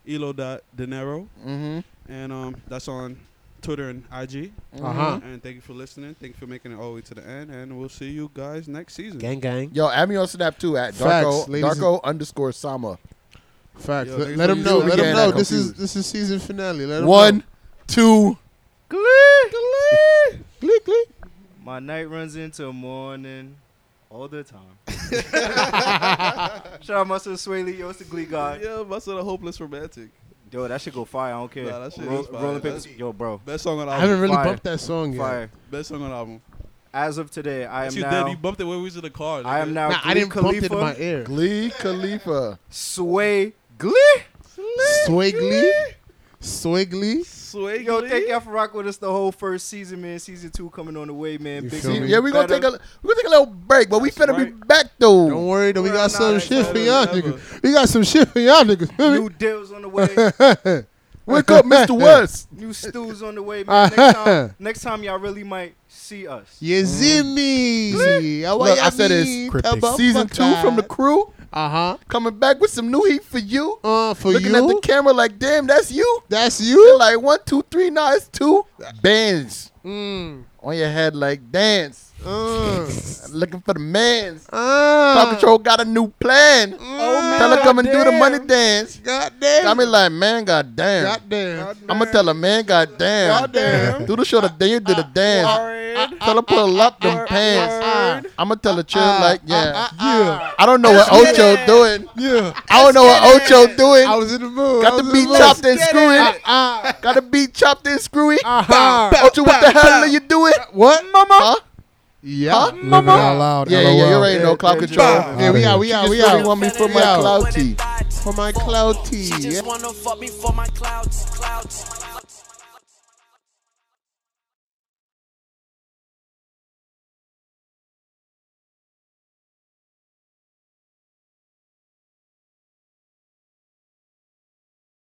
Elo dot De Niro,
hmm
and um, that's on Twitter and IG.
Uh huh.
And thank you for listening. Thank you for making it all the way to the end, and we'll see you guys next season.
Gang gang.
Yo, add me on Snap too at
Facts,
Darko,
ladies and-
Darko underscore Sama.
Facts.
Yo,
let
they
let him
really
know.
do it
Let him
again. I
know. This is
confused.
this is season finale. Let him
One, two.
Click, click.
My night runs into morning all the time. Shout out my son Swaley. Yo, it's the Glee God.
Yeah, must have a hopeless romantic.
Yo, that should go fire. I don't care.
Nah, that shit
Roll-
is fire.
Rolling
That's-
papers. Yo, bro.
Best song on the
I haven't
album.
really
Fire.
bumped that song yet.
Fire.
Best song on the album.
As of today, I am
you dead. You
now.
bumped it when we was in the car.
I am
nigga.
now.
Nah, I
Glee
didn't bump
Khalifa,
it in my ear.
Glee Khalifa.
Sway Glee.
Swiggly. Swiggly.
Sway
Yo,
Glee?
thank y'all for rocking with us the whole first season, man. Season two coming on the way, man.
You
Big
feel
season.
me?
Yeah, we're gonna
Better.
take a we're gonna take a little break, but we
That's
finna be
right.
back though.
Don't worry, though. We
Well,
got some
nah,
shit
that's
for
better
y'all
than ever.
niggas. We got some shit for y'all niggas. feel me?
New deals on the way.
Wake
[LAUGHS]
up, Mr. West.
New stews on the way, man. Next time, next time y'all really might see us.
You see me.
Look, I said it's
Cryptic.
season two from the crew
Uh huh.
coming back with some new heat for you.
Uh, for
Looking
you.
at the camera like, damn, that's you.
That's
You're
you.
like one, two, three, nah, it's two bands
Mm.
on your head like dance. [LAUGHS]
Uh.
Looking for the man's. Cloud
Uh.
Control got a new plan.
man,
tell her come and do the money
Oh, goddamn.
dance.
Goddamn.
I mean, like, man, goddamn.
Goddamn.
I'm gonna tell her, man, goddamn.
Goddamn. Uh,
Do the show today, you did a dance. tell her, pull up them pants. I'm gonna
Uh,
tell her, chill, like, yeah.
Yeah.
I don't know what Ocho doing.
uh. Yeah.
I don't know what Ocho
I
doing.
was in the mood. I
Got
was
the
in
beat
mood.
chopped and screwy. Ah,
Uh,
Got the beat chopped and screwy.
uh-huh.
Ocho, what the hell are you doing?
What?
Huh?
Yeah.
Huh?
Living out loud.
Yeah, yeah, yeah, you
LOL.
already know. Cloud Control.
Yeah, we out, we out, we
Just really
out.
want me for my
Yeah.
clout tea.
For my clout tea.
She
yeah.
just wanna fuck me for my clouds, clouds.